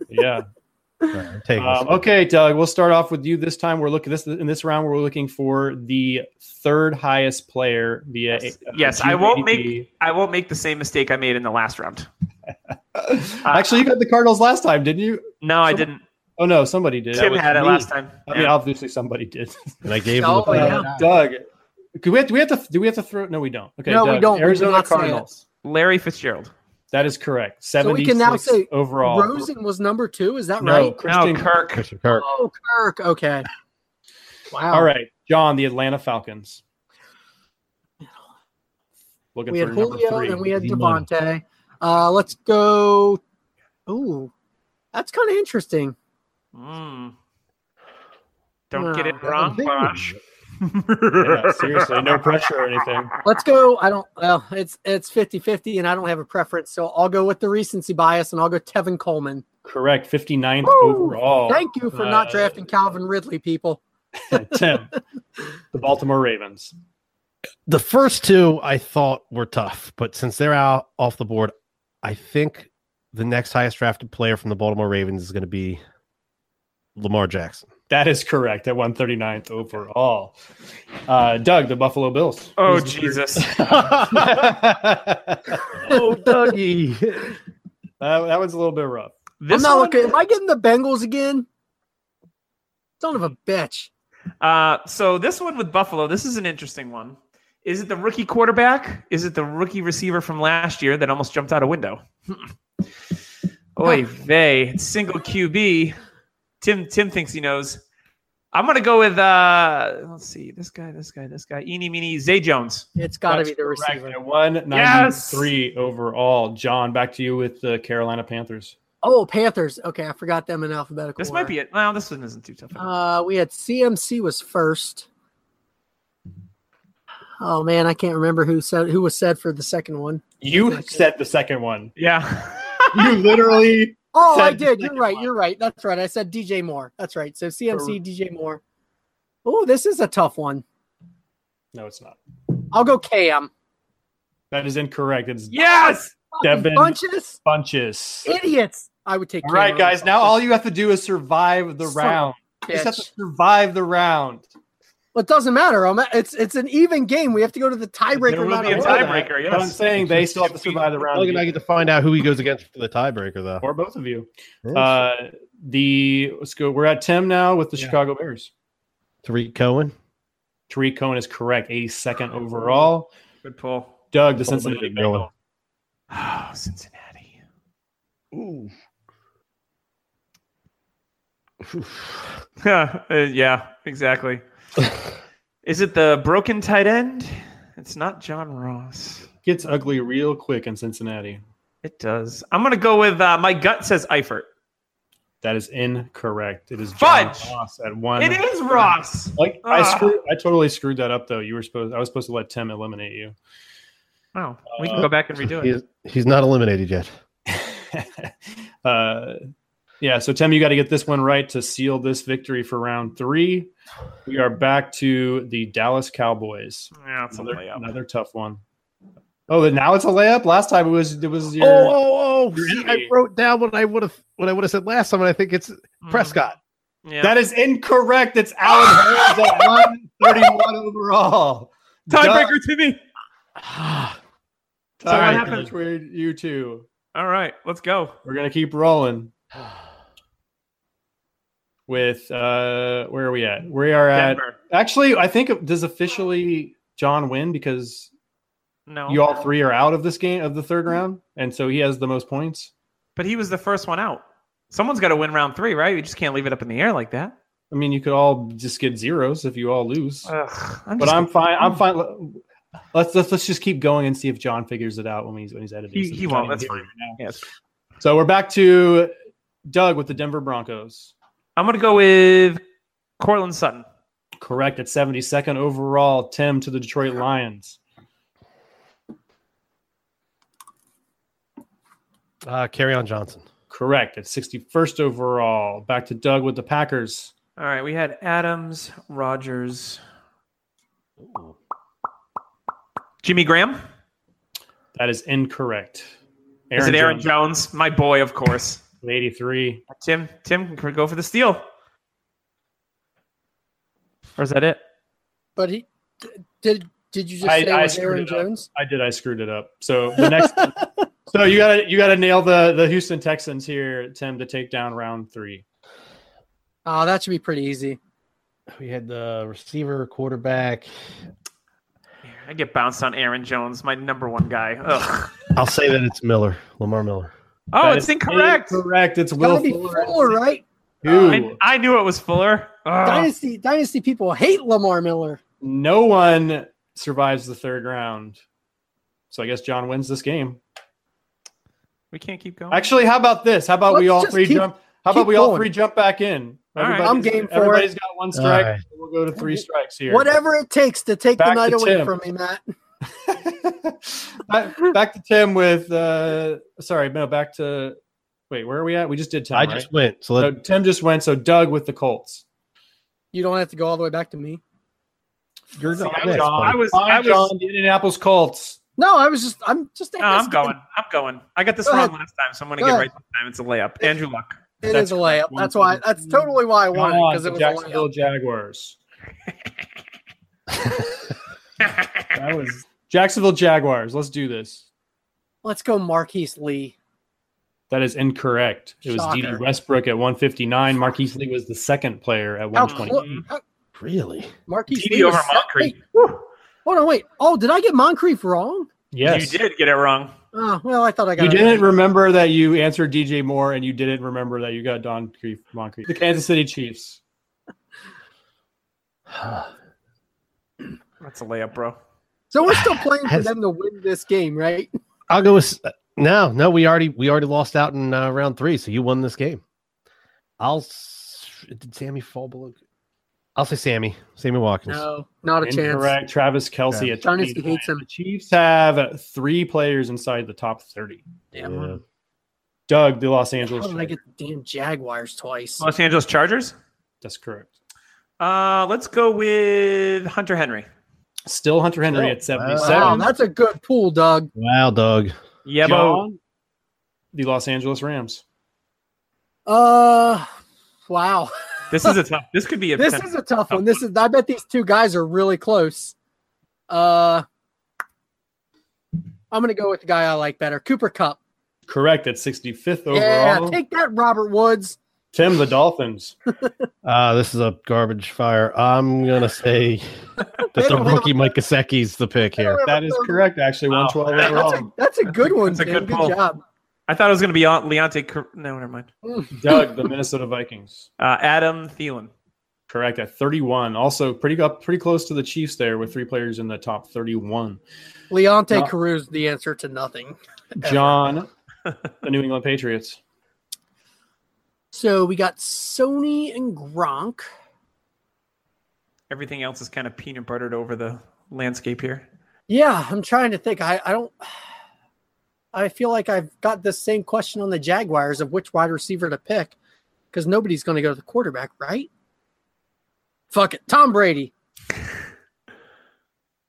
Yeah.
All right, take us.
Um, okay, Doug. We'll start off with you this time. We're looking this in this round. We're looking for the third highest player via.
Yes.
uh,
Yes, I won't
GADP.
I won't make the same mistake I made in the last round. Uh,
Actually, you got the Cardinals last time, didn't you?
No, I
So-
didn't.
Oh no, somebody did. That
Tim
was
had it
me.
last time.
I mean,
Yeah.
obviously somebody did. Uh,
And I gave
Oh,
him the uh,
yeah.
Doug, do we have, do we have to do we have to throw? No, we don't. Okay,
No, we
Doug,
don't. We do
Arizona
not say it.
Cardinals.
Larry Fitzgerald.
That is correct.
So we
Seventy
can now say
overall.
Rosen was number two. Is that
no,
right?
Christian.
No, Kirk.
Christian Kirk.
Oh, Kirk. Okay. Wow.
All right, John, the Atlanta Falcons. Looking
We
for
had
number
Julio
three.
and we had
D-money.
Devontae. Uh, let's go. Ooh, that's kind of interesting.
Mm. Don't get it
Wow.
wrong, Bosh.
yeah, seriously, no pressure or anything.
Let's go. I don't. Well, it's it's 50-50 and I don't have a preference, so I'll go with the recency bias and I'll go Tevin Coleman.
Correct, 59th
Woo!
overall.
Thank you for not
uh,
drafting Calvin Ridley, people.
Tim, the Baltimore Ravens.
The first two I thought were tough, but since they're out off the board, I think the next highest drafted player from the Baltimore Ravens is going to be Lamar Jackson.
That is correct at 139th overall. Uh, Doug, the Buffalo Bills.
Oh,
Who's the
Jesus.
third?
Oh, Dougie.
that, that one's a little bit rough.
This
I'm not
one,
looking. Am I getting the Bengals again? Son of a bitch.
uh, so this one with Buffalo, this is an interesting one. Is it the rookie quarterback? Is it the rookie receiver from last year that almost jumped out a window? Hmm. Oy vey, single QB. Tim Tim thinks he knows. I'm gonna go with uh let's see, this guy, this guy, this guy. Eeny meeny Zay Jones.
It's got to
That's
be the
correct
receiver.
At 193 overall. John, back to you with the Carolina Panthers.
Oh, Panthers. Okay, I forgot them in alphabetical.
This might
order.
be it. Well, this one isn't too tough.
Uh, we had CMC was first. Oh man, I can't remember who said who was said for the second one.
You said the second one.
yeah.
You literally
Oh, I
Said the
did. You're
second
right.
one.
You're right. That's right. I said DJ Moore. That's right. So CMC, DJ Moore. Oh, this is a tough one.
No, it's not.
I'll go Cam.
That is incorrect. It's
yes!
Fucking
Devin.
Bunches,
bunches.
idiots. I would take.
All
Cam
right,
over
guys. Now
Bunches.
all you have to do is survive the
Son of a
round. You just have to
Bitch.
survive the round.
Well, it doesn't matter. I'm at, it's it's an even game. We have to go to the tiebreaker.
There will
no matter
be a
what.
tie-
tiebreaker,
But I'm
yes.
saying they still have to survive the round.
Doug and I get to find out who he goes against for the tiebreaker, though.
Um, or both of you.
Hmm?
Uh, the let's go. We're at Tim now with the
Yeah.
Chicago Bears.
Tariq Cohen.
Tariq Cohen is correct, 82nd overall.
Good pull.
Doug, the
Somebody
Cincinnati
get going.
Bengals.
Oh, Cincinnati. Yeah, uh, yeah, exactly. Is it the broken tight end? It's not John Ross.
Gets ugly real quick in Cincinnati.
It does. I'm gonna go with uh, my gut says Eifert.
That is incorrect. It is John
Fudge!
Ross at one.
It is Ross.
Like I
Ah.
screwed, I totally screwed that up though. You were supposed. I was supposed to let Tim eliminate you.
Wow, we can go back and redo it.
He's, he's not eliminated yet.
uh, yeah, so Tim, you got to get this one right to seal this victory for round three. We are back to the Dallas Cowboys.
Yeah, it's a
Another,
layup.
another tough one. Oh, and now it's a layup. Last time it was it was your
oh, oh!
your
see, I
enemy.
wrote down what I would have what I would have said last time, and I think it's
Mm-hmm.
Mm,
Prescott.
Yeah.
that is incorrect. It's Alan Hurns at one thirty-one overall.
tiebreaker to me.
All right,
happened?
between you two.
All right, let's go.
We're gonna keep rolling. With uh, where are we at? We are at
Denver.
Actually, I think it- does officially John win because
No,
you all three are out of this game of the third round, and so he has the most points.
but he was the first one out. Someone's got to win round three, right? You just can't leave it up in the air like that.
I mean, you could all just get zeros if you all lose.
Ugh, Uh, I'm
but
just-
I'm fine. I'm fine. Let's, let's let's just keep going and see if John figures it out when he's when he's editing.
He-
since
he
we
won't,
can't
that's
hear
fine.
it right now.
Yes.
So we're back to Doug with the Denver Broncos.
I'm gonna go with Cortland Sutton.
Correct at 72nd overall. Tim to the Detroit Lions.
Uh, Carry on Johnson.
Correct at 61st overall. Back to Doug with the Packers.
All right, we had Adams, Rogers, Jimmy Graham.
That is incorrect.
Is it Aaron
Jones
Jones? My boy, of course.
with 83?
Tim, Tim can go for the steal. Or is that it?
But he d- did. Did you just
I-
say
I
it was
screwed
Aaron
it up.
Jones?
I did. I screwed it up. So the next. so you gotta you gotta nail the the Houston Texans here, Tim, to take down round three.
Oh, that should be pretty easy.
We had the receiver, quarterback.
I get bounced on Aaron Jones, my number one guy. Ugh.
I'll say that it's Miller, Lamar Miller.
Oh,
That
it's
is
incorrect.
Correct. It's Will
Gotta be
Fuller. at
Fuller, right?
I,
62.
I knew it was Fuller. Ugh.
Dynasty Dynasty people hate Lamar Miller.
No one survives the third round. So I guess John wins this game.
We can't keep going.
Actually, how about this? How about we
Let's
all
just
three
keep-
jump? How about
keep
we all
going.
three jump back in?
All right.
I'm game for it.
Everybody's got one strike.
right.
so We'll go to three strikes here.
Whatever it takes to take
Back
the night
to
away
Tim.
from me, Matt.
back, back to Tim with uh sorry, no, back to wait, where are we at? We just did Tim.
I
right?
just went. So
So
let,
Tim just went. So Doug with the Colts.
You don't have to go all the way back to me.
you're
See,
not
I, was,
next, buddy.
I was, I
Fine,
was,
John, the Indianapolis Colts.
No, I was just I'm just
no, I'm going. I'm going. I got this
Go
wrong
ahead.
last time, so I'm going to
Go
get
ahead.
right this time. It's a layup. Andrew Luck.
It
That's
is a layup.
correct.
That's why. That's totally why I won
Gone
because
to
it was a
Jacksonville
layup.
Jaguars. That was Jacksonville Jaguars. Let's do this.
Let's go, Marquise Lee.
That is incorrect. It was D.D.
Shocker.
Westbrook at 159. Marquise Lee was the second player at
How
120.
close?
really?
Marquise
TD
Lee was
over
sec-
Moncrief.
wait, hold on, wait. Oh, did I get Moncrief wrong?
Yes.
You did get it wrong.
Oh, well, I thought I got.
You
it
didn't
right.
remember that you answered DJ Moore, and you didn't remember that you got Don Creef- Moncrief. The Kansas City Chiefs.
That's a layup, bro.
So we're still playing for
Has-
them to win this game, right?
I'll go with no, no. We already we already lost out in uh, round three, so you won this game. I'll s- did Sammy fall below? I'll say Sammy, Sammy Watkins.
No, not a chance.
Incorrect. Travis Kelsey at
Dynasty
29.
hates him.
The Chiefs have three players inside the top 30.
Damn.
Yeah.
Doug, the Los Angeles.
How did I
Chargers.
get the damn Jaguars twice?
Los Angeles Chargers.
That's correct.
Uh, let's go with Hunter Henry.
Still Hunter Henry
Oh,
at
Wow,
77.
that's a good pool, Doug.
Wow, Doug.
Yeah, but
John, the Los Angeles Rams.
Uh, wow.
this is a tough. This could be a.
This is a
Oh.
tough one. This is. I bet these two guys are really close. Uh, I'm gonna go with the guy I like better, Cooper Cup.
Correct at 65th
Yeah,
overall.
take that, Robert Woods.
Tim, the Dolphins.
Uh, this is a garbage fire. I'm gonna say that
They
the
don't have
rookie Mike Gesicki's the pick here.
That is correct, actually.
Wow.
112
That's
That's a,
overall.
that's a good one.
That's a
Tim.
good
Good,
poll.
job.
I thought it was going to be on Leonte. Cor- No, never mind.
Doug, the Minnesota Vikings.
Uh, Adam Thielen.
Correct at 31. Also, pretty up, pretty close to the Chiefs there with three players in the top 31.
Leonte
Yeah.
Carew's the answer to nothing.
John, the New England Patriots.
So we got Sony and Gronk.
Everything else is kind of peanut buttered over the landscape here.
Yeah, I'm trying to think. I, I don't. I feel like I've got the same question on the Jaguars of which wide receiver to pick because nobody's going to go to the quarterback, right? Fuck it, Tom Brady.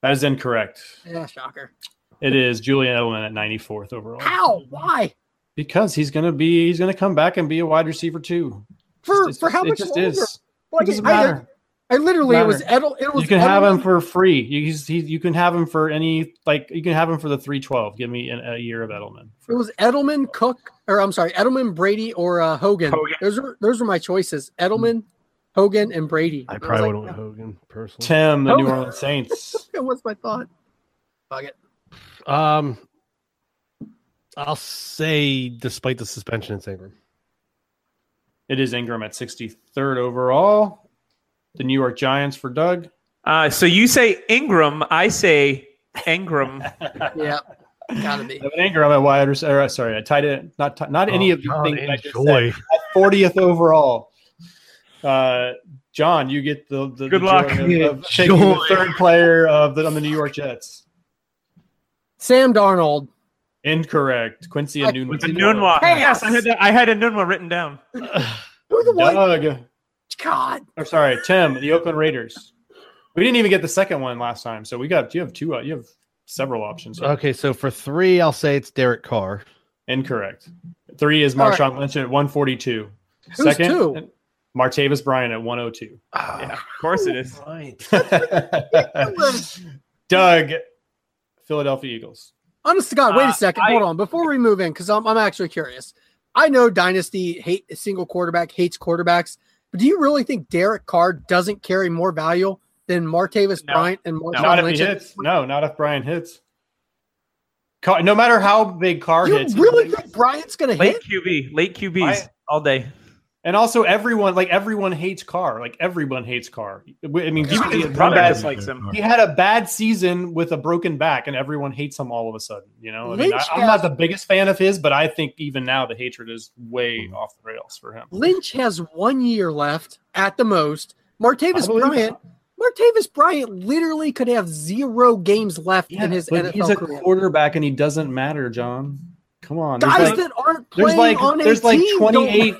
That is incorrect.
Yeah, shocker.
It is Julian Edelman at 94th overall.
How? Why?
Because he's gonna be he's gonna come back and be a wide receiver too.
For
It's-
for how
it
much
just
longer?
is.
Like,
It doesn't
I- I-
matter.
I, literally it was
Matter.
Edel. It was
You can have
Edelman.
him for free. You he's, he, you can have him for any like you can have him for the three twelve. Give me an, a year of Edelman.
It was Edelman, Cook, or I'm sorry, Edelman, Brady, or uh, Hogan.
Hogan.
Those are those are my choices: Edelman, Hogan, and Brady.
I
And
probably
was
would have
like,
went Hogan personally.
Tim, the New
Oh.
Orleans Saints.
"That was my thought. Fuck it.
Um, I'll say despite the suspension, it's Ingram.
It is Ingram at sixty third overall. The New York Giants for Doug.
Uh, so you say Ingram, I say Ingram.
Yeah, gotta be.
Evan Ingram at wide receiver. or, Sorry, I tied it. Not ti- not any
Oh,
of these
God,
things. I just said.
enjoy.
Fortieth overall. Uh, John, you get the, the
Good
the
luck.
joy of, of taking the
Enjoy.
third player of the on the New York Jets.
Sam Darnold.
Incorrect. Quincy
I-
and Nunwa.
With the Nunwa. Hey, yes, I had that, I had a Nunwa written down.
Who the one?
Doug.
God,
Or sorry, Tim. The Oakland Raiders. We didn't even get the second one last time, so we got you have two. Uh, you have several options. here.
Okay, so for three, I'll say it's Derek Carr.
Incorrect. Three is
All right.
Marshawn Lynch at 142.
Who's
Second,
two?
Martavis Bryant at 102.
Yeah, of course it is.
Doug, Philadelphia Eagles.
honest to God. Wait
Uh,
a second.
I-
Hold on. Before we move in, because I'm, I'm actually curious. I know Dynasty hate single quarterback hates quarterbacks, but do you really think Derek Carr doesn't carry more value than Martavis
No.
Bryant and Marshawn
not if
Lynch?
he hits. No, not if Bryant hits. Car, no matter how big Carr
You
hits,
really think Bryant's gonna
Late
hit?
QB, late QBs
Why-
all day.
and also everyone like everyone hates Carr. Like everyone hates Carr. I mean,
Even
he,
his
had one
brother
bad,
dislikes him.
he had a bad season with a broken back, and everyone hates him all of a sudden. You know, I mean, I,
Lynch
I'm
has-
not the biggest fan of his, but I think even now the hatred is way off the rails for him.
Lynch has one year left at the most. Martavis
I believe
Bryant. Martavis Bryant literally could have zero games left in his
but
NFL
he's a
career.
quarterback, and he doesn't matter, John. Come on, there's
Guys
like,
that aren't
there's
playing
like,
on a
there's like
team don't-
28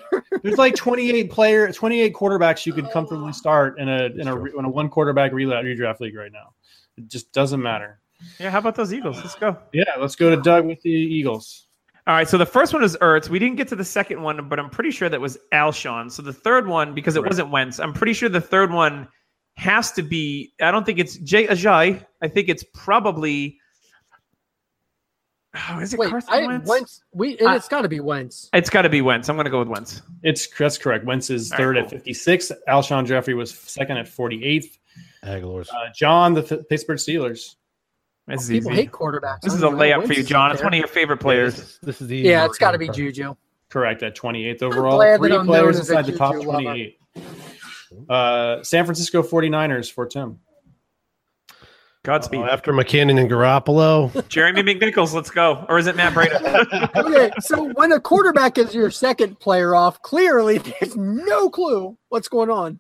there's like 28 player 28 quarterbacks you
Oh.
could comfortably start in a in a re- in a one quarterback redraft redraft league right now. It just doesn't matter.
Yeah, how about those Eagles? Let's go.
Yeah, let's go to Doug with the Eagles.
All right, so the first one is Ertz. We didn't get to the second one, but I'm pretty sure that was Alshon. So the third one, because it wasn't Wentz, I'm pretty sure the third one has to be. I don't think it's Jay Ajay. I think it's probably. Oh, is it
Wait,
Carson
I,
Wentz?
Wentz? we and
I-
it's got to be Wentz.
It's got to be Wentz. I'm going to go with Wentz.
It's that's correct. Wentz is
All right,
third at
cool.
56. Alshon Jeffrey was second at 48th.
Aguilar's.
Uh, John, the F- Pittsburgh Steelers.
This is
People
easy.
hate quarterbacks.
This
I
is a
don't know.
layup for
Wentz
you,
is
John.
up
It's
there.
one of your favorite
This
players.
is- This is the
Yeah, it's got to be Juju.
correct at 28th overall.
glad that
Three
I'm known
players
as a
inside the top
Juju lover.
28. Uh, San Francisco 49ers for Tim.
Godspeed.
Oh, after McKinnon and Garoppolo.
Jeremy McNichols, let's go. Or is it Matt Breda?
Okay, so when a quarterback is your second player off, clearly there's no clue what's going on.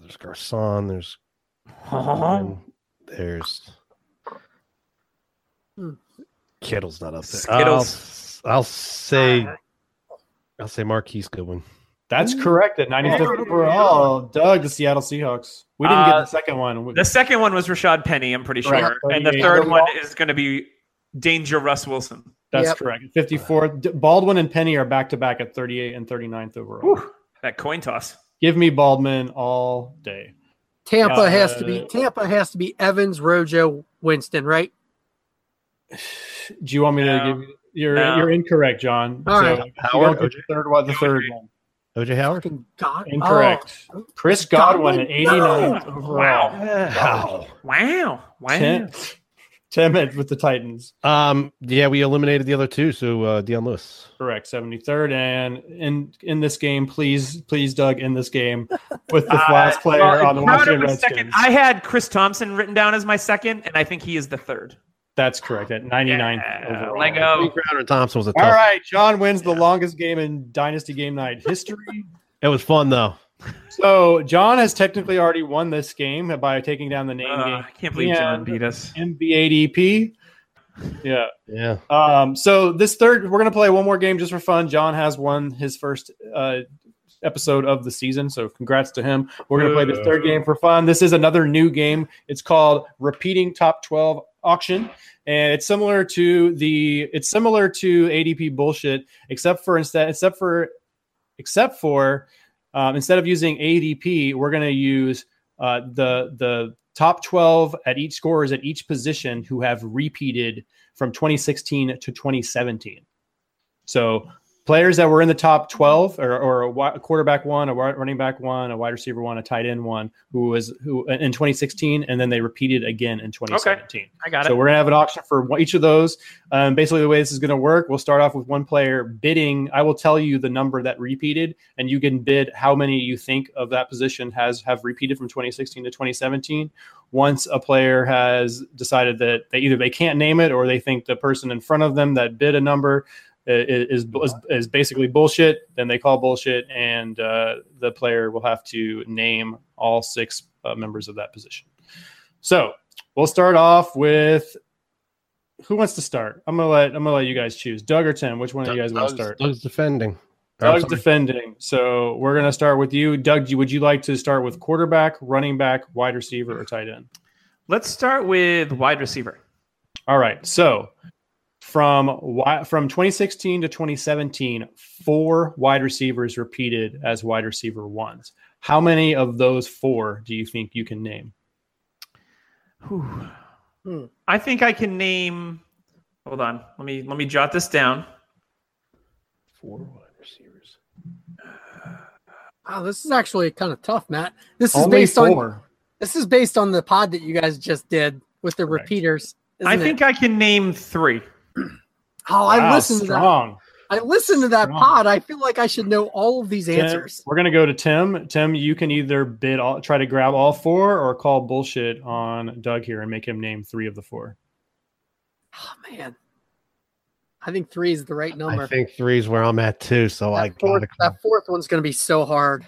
there's Garcon. There's
Oh.
there's
Hmm.
Kittle's not up there.
Skittles.
I'll, I'll say I'll say Marquise Goodwin.
That's correct at 95th overall. Doug, the Seattle Seahawks. We didn't get
Uh,
the second one. We-
the second one was Rashad Penny, I'm pretty
Correct.
sure. And the
Yeah.
third one is going to be Danger Russ Wilson.
That's
Yep.
correct. 54. D- Baldwin and Penny are back to back at 38 and 39th overall.
That coin toss.
Give me Baldwin all day.
Tampa
Yeah,
has to be
uh,
Tampa has to be Evans, Rojo, Winston, right?
Do you want me
No.
to give you? You're
No.
you're incorrect, John.
All right.
you
Howard,
don't get the third one. The third one
OJ Howard.
Fucking God. oh,
incorrect. Chris Godwin,
Godwin,
at 89th
no!
overall.
Wow.
Wow.
Wow. Wow.
Tim, Tim at- with the Titans,
Um. Yeah, we eliminated the other two. So uh, Deion Lewis.
correct, seventy third, and in in this game, please, please, Doug, in this game with the
Uh,
last player
well,
on the
Crowder
Washington
was
Redskins.
second. I had Chris Thompson written down as my second, and I think he is the third.
That's correct at 99th
Yeah,
overall.
Lego.
Crowder and Thompson was a tough.
All right, John wins the longest game in Dynasty Game Night history.
It was fun though.
so John has technically already won this game by taking down the
Uh,
name game
I can't believe
Yeah.
John beat us.
MBADP. Yeah.
Yeah.
Um, so this third, we're gonna play one more game just for fun. John has won his first uh, episode of the season, so congrats to him. We're gonna play this third game for fun. This is another new game. It's called Repeating Top Twelve Auction, and it's similar to the it's similar to ADP bullshit, except for instead except for except for um, instead of using ADP, we're gonna use uh, the the top 12 at each scorers at each position who have repeated from 2016 to 2017. So players that were in the top 12 or, or a wi- a quarterback one, a wi- running back one, a wide receiver one, a tight end one, who was who in 2016, and then they repeated again in 2017.
I got
So we're gonna have an auction for one- each of those. Um, basically, the way this is gonna work, we'll start off with one player bidding. I will tell you the number that repeated, and you can bid how many you think of that position has have repeated from 2016 to 2017. Once a player has decided that they either they can't name it or they think the person in front of them that bid a number i- i- is is, is basically bullshit, then they call bullshit, and uh, the player will have to name all six uh, members of that position. So we'll start off with who wants to start. I'm gonna let I'm gonna let you guys choose. Doug or Tim, which one of you guys want to start?
Doug's defending. Or, I'm
Doug's
sorry.
defending. So we're gonna start with you, Doug. do you- Would you like to start with quarterback, running back, wide receiver, or tight end?
Let's start with wide receiver.
All right. So from wi- from 2016 to 2017, four wide receivers repeated as wide receiver ones. How many of those four do you think you can name?
Whew.
Hmm.
I think I can name. Hold on. Let me let me jot this down.
Four wide receivers.
Oh, Wow, this is actually kind of tough, Matt. This is based on this is based on the pod that you guys just did with the
Correct.
repeaters.
I
isn't it?
think I can name three.
Oh, I
Wow,
listened to
strong.
that. I listened to that
Strong.
pod. I feel like I should know all of these
Tim,
answers.
we're gonna go to Tim. Tim, you can either bid all, try to grab all four, or call bullshit on Doug here and make him name three of the four.
Oh man, I think three is the right number.
I think three is where I'm at too. So I
that, fourth,
gotta call.
that fourth one's going to be so hard.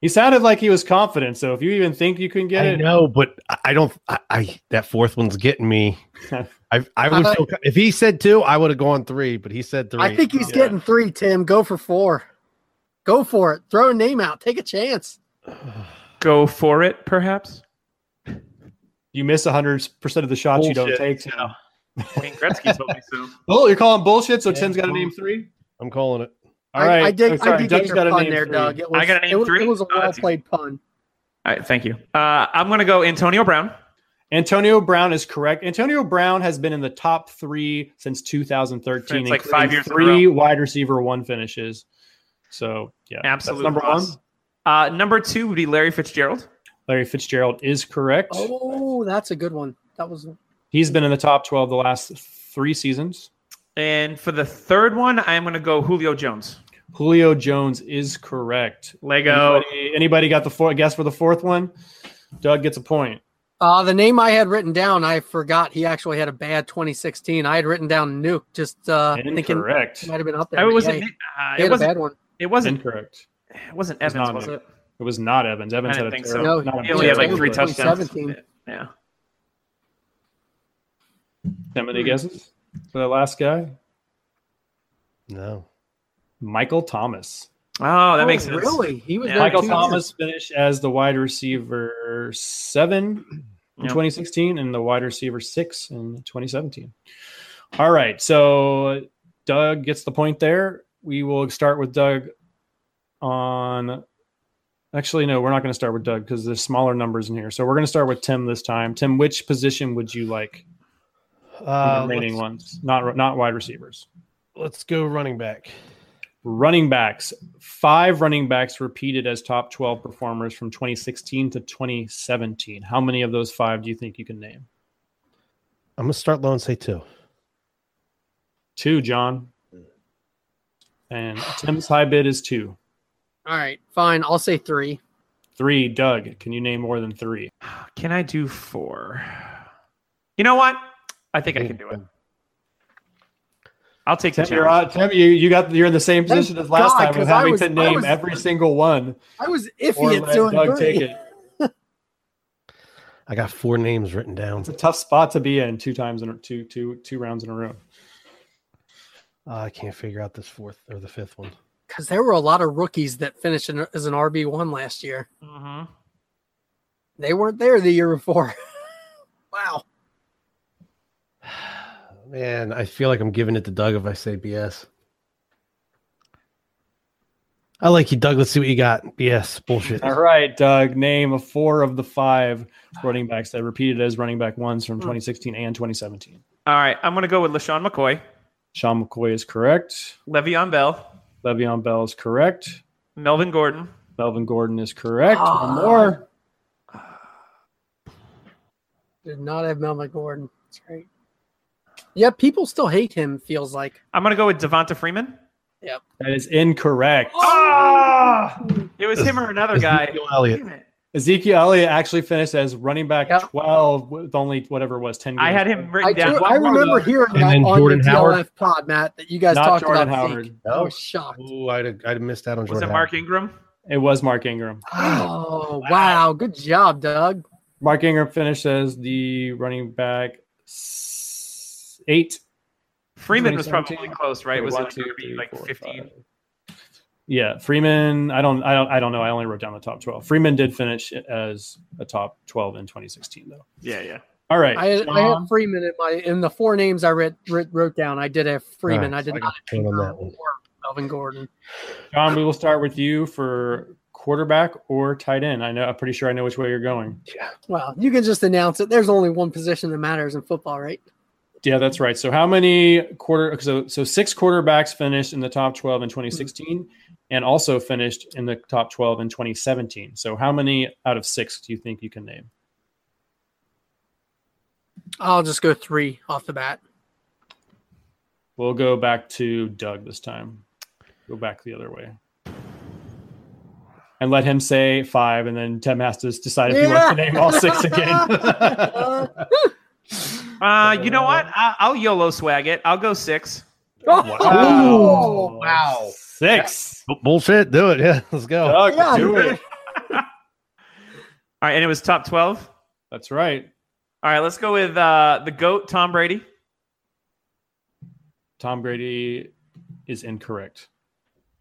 He sounded like he was confident. So if you even think you can get
I
it,
know, but I- I don't. I, I that fourth one's getting me. I I would
Uh,
I-
feel, if he said two, I would have gone three, but he said three.
I think he's
Yeah.
getting three. Tim, go for four. Go for it. Throw a name out. Take a chance.
Go for it, perhaps.
you miss hundred percent of the shots you don't take.
Bullshit.
Tim.
Wayne Gretzky told me so.
Oh, you're calling bullshit. So
Yeah,
Tim's got to
bull-
name three.
I'm calling it.
All
I,
right,
I did.
Oh, sorry,
I did
Doug's
get your
gotta
pun
name
there,
three.
Doug. It was,
gotta name
it was,
three?
It was a
Oh,
well
that's easy.
played pun.
All right, thank you. Uh, I'm going to go Antonio Brown.
Antonio Brown is correct. Antonio Brown has been in the top three since 2013.
It's like
including
five years in a
Three wide receiver one finishes. So yeah, that's
Absolute
number
loss.
one.
Uh, number two would be Larry Fitzgerald.
Larry Fitzgerald is correct.
Oh, that's a good one. That was
He's been in the top 12 the last three seasons.
And for the third one, I'm going to go Julio Jones.
Julio Jones is correct.
Lego.
Anybody, anybody got the four, guess for the fourth one? Doug gets a point.
uh, the name I had written down. I forgot he actually had a bad 2016. I had written down Nuke. Just uh, thinking
Incorrect.
it might have been up there.
I
but
wasn't.
yeah,
Uh, it
he had a
wasn't.
bad one.
It wasn't.
Incorrect.
It wasn't
was
Evans,
not
was
me.
it?
It was not Evans. Evans
I
had a
didn't think so.
terrible,
No,
not a
He only had like
terrible
three
game.
touchdowns.
2017.
Yeah.
How many guesses for the last guy?
No.
Michael Thomas.
Oh, that
Oh,
makes sense.
Really? He was
Yeah.
there
Michael
two
Thomas finished as the wide receiver seven in
Yeah.
2016 and the wide receiver six in 2017. All right. So Doug gets the point there. We will start with Doug on. Actually, no, we're not going to start with Doug because there's smaller numbers in here. So we're going to start with Tim this time. Tim, which position would you like?
Uh,
the remaining
let's,
ones, not not wide receivers.
let's go running back.
Running backs. Five running backs repeated as top 12 performers from 2016 to 2017. How many of those five do you think you can name?
I'm gonna start low and say two.
Two, John. And Tim's high bid is two.
All right, fine. I'll say three.
Three, Doug. Can you name more than three?
Can I do four? You know what? I think I can do it. I'll take the
Tim, you're
challenge.
out. Tim, you, you got you're in the same position as last
God,
time with
'cause I
having
was-
to
I
name
was-
every single one
I was
or
iffy
let
at doing
Doug
three.
take it.
I got four names written down.
It's a tough spot to be in two times in a- two two two rounds in a row.
Uh, I can't figure out this fourth or the fifth one.
because there were a lot of rookies that finished in, as an RB one last year.
Mhm.
They weren't there the year before. wow.
Man, I feel like I'm giving it to Doug if I say BS. I like you, Doug. Let's see what you got. BS bullshit.
All right, Doug, name of four of the five running backs that repeated as running back ones
Hmm.
from 2016 and 2017.
All right. I'm going to go with LaShawn McCoy,
Sean McCoy is correct.
Le'Veon Bell,
Le'Veon Bell is correct.
Melvin Gordon.
Melvin Gordon is correct.
Ah.
One more.
Did not have Melvin Gordon. That's great. Yeah, people still hate him. Feels like
I'm gonna go with Devonta Freeman.
That is incorrect.
Ah! It was him or another guy.
Ezekiel Elliott.
Damn it.
Ezekiel Elliott actually finished as running back
Yeah.
12 with only whatever it was 10
I
games.
had him
I,
written
do-
down.
I
One more
remember
though.
hearing
And
that
then
on
Jordan
the DLF
Howard.
pod, Matt, that you guys
Not
talked
Jordan
about.
Howard.
Zeke. I was shocked.
Oh, I'd have, I'd have missed out on
Was
Jordan.
it Mark Ingram?
It was Mark Ingram.
Oh wow, good job, Doug.
Mark Ingram finished as the running back s- eight.
Freeman was
2017.
probably close, right?
Wait,
Was
one,
it
two,
gonna
three,
be like
four,
15?
five. Yeah, Freeman. I don't. I don't. I don't know. I only wrote down the top twelve. Freeman did finish as a top twelve in 2016, though.
Yeah, yeah.
All right.
I, had- I
Sean.
have Freeman in my in the four names I writ, writ, wrote down. I did have Freeman. I did not
pain on that
have
one.
or Melvin Gordon.
John, we will start with you for quarterback or tight end. I know. I'm pretty sure I know which way you're going.
Well, you can just announce it. There's only one position that matters in football, right?
Yeah, that's right. So how many quarter? So so six quarterbacks finished in the top twelve in 2016, and also finished in the top twelve in 2017. So how many out of six do you think you can name?
I'll just go three off the bat.
We'll go back to Doug this time. Go back the other way. And let him say five, and then Tim has to decide if he wants to
Yeah.
name all six again.
Uh,
Uh, you know what? I, I'll YOLO swag it. I'll go six.
Oh, wow.
Six.
Bu- Bullshit. Do it. Yeah, let's go.
Doug,
Yeah.
do it.
All right, and it was top 12.
That's right.
All right, let's go with uh, the GOAT, Tom Brady.
Tom Brady is incorrect.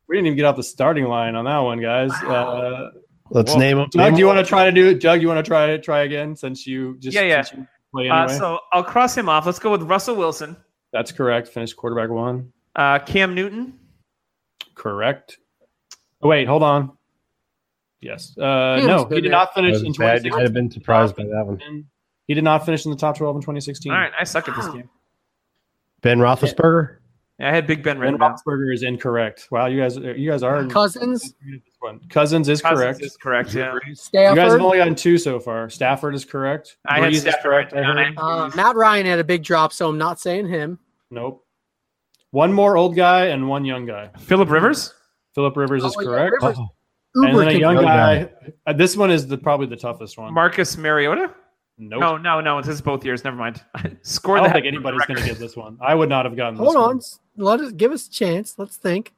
We didn't even get off the starting line on that one, guys. Uh,
Let's
Well,
name him.
Doug, do you want to try to do it? Doug, you want to try try again since you just
Yeah, yeah.
since you play
Uh,
anyway?
so I'll cross him off. Let's go with Russell Wilson,
That's correct. Finished quarterback one.
uh, Cam Newton.
Correct. Oh, wait, hold on. Yes. Uh,
He
no,
was
he
good
did
there.
not finish in 2016.
have been surprised by that one.
He did not finish in the top 12 in 2016.
All right, I suck at this game.
Ben Roethlisberger.
Yeah, I had Big Ben
Ben
written down.
Roethlisberger is incorrect. Wow, you guys, you guys are
Cousins,
This one. Cousins is
Cousins
correct.
is correct. Yeah,
you guys have
Stafford.
only gotten two so far. Stafford is correct.
I had
Breeze is
Stafford written
I heard.
down.
Uh, Matt Ryan had a big drop, so I'm not saying him.
Nope. One more old guy and one young guy.
Philip Rivers.
Philip Rivers is
Oh, yeah,
correct.
Rivers-
Oh,
And
Uber
then a
can-
young
Young
guy. Uh, this one is the probably the toughest one.
Marcus Mariota?
nope.
No, no, no. This is both years. Never mind. Score
I
that.
don't think anybody's going to get this one. I would not have gotten.
Hold
this
on,
One.
let us give us a chance. Let's think.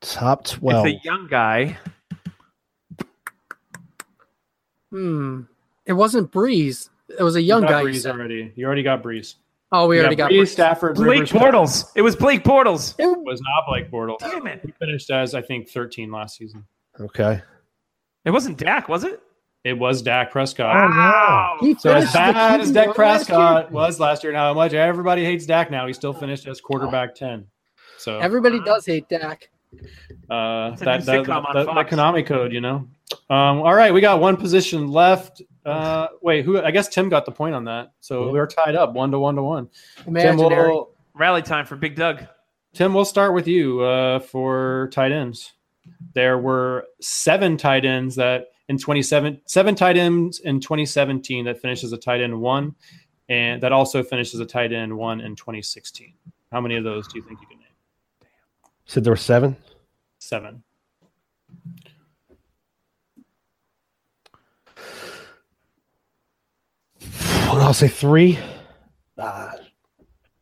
top
It's
twelve.
a young guy.
Hmm, it wasn't Breeze. It was a young
you got
guy. you
Breeze
said.
already. You already got Breeze.
Oh, we
You
already got
Breeze,
Breeze.
Stafford.
Blake
Rivers,
Bortles. It was Blake Bortles.
It-
was not Blake Bortles.
Damn it.
He finished as I think 13 last season.
Okay.
It wasn't Dak, was it?
It was Dak Prescott.
Wow.
He
So as
finished the
bad as Dak
King one last year.
Prescott was last year, and how much everybody hates Dak now, he still finished as quarterback 10. So uh,
Everybody does hate Dak.
that,
It's a
that,
new
that,
sitcom on
that
Fox.
Konami code, you know. Um, all right, we got one position left. Uh, wait, who? I guess Tim got the point on that, so we're tied up one to one to one. Tim,
Imaginary.
we'll,
Rally time for Big Doug.
Tim, we'll start with you uh, for tight ends. There were seven tight ends that in 27, seven tight ends in 2017 that finishes a tight end one, and that also finishes a tight end one in 2016. How many of those do you think you can name?
Said there were seven.
Seven.
I'll say three. Ah,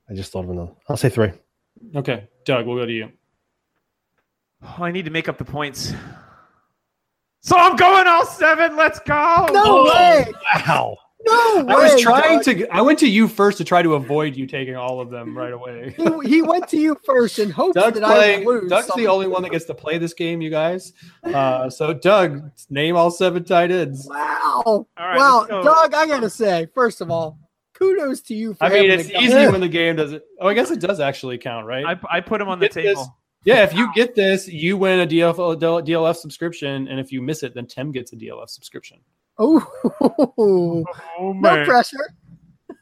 I just thought of another. I'll say three.
Okay, Doug, we'll go to you.
Oh, I need to make up the points. So I'm going all seven. Let's go.
No way!
Wow.
No way!
Oh, I was trying to. I went to you first to try to avoid you taking all of them right away.
Doug. He, he went to you first in hopes
Doug
that I
play,
would lose.
Doug's
something.
the only one that gets to play this game, you guys. Uh, so, Doug, name all seven tight ends.
Wow!
right,
wow,
let's go.
Doug! I gotta say, first of all, kudos to you for
I mean,
having
it's
the guts.
easy when the game doesn't. Oh, I guess it does actually count, right?
I, I put him on the
Get this.
table.
yeah, if you get this, you win a DLF, DLF subscription, and if you miss it, then Tim gets a DLF subscription.
Oh,
Oh,
no pressure.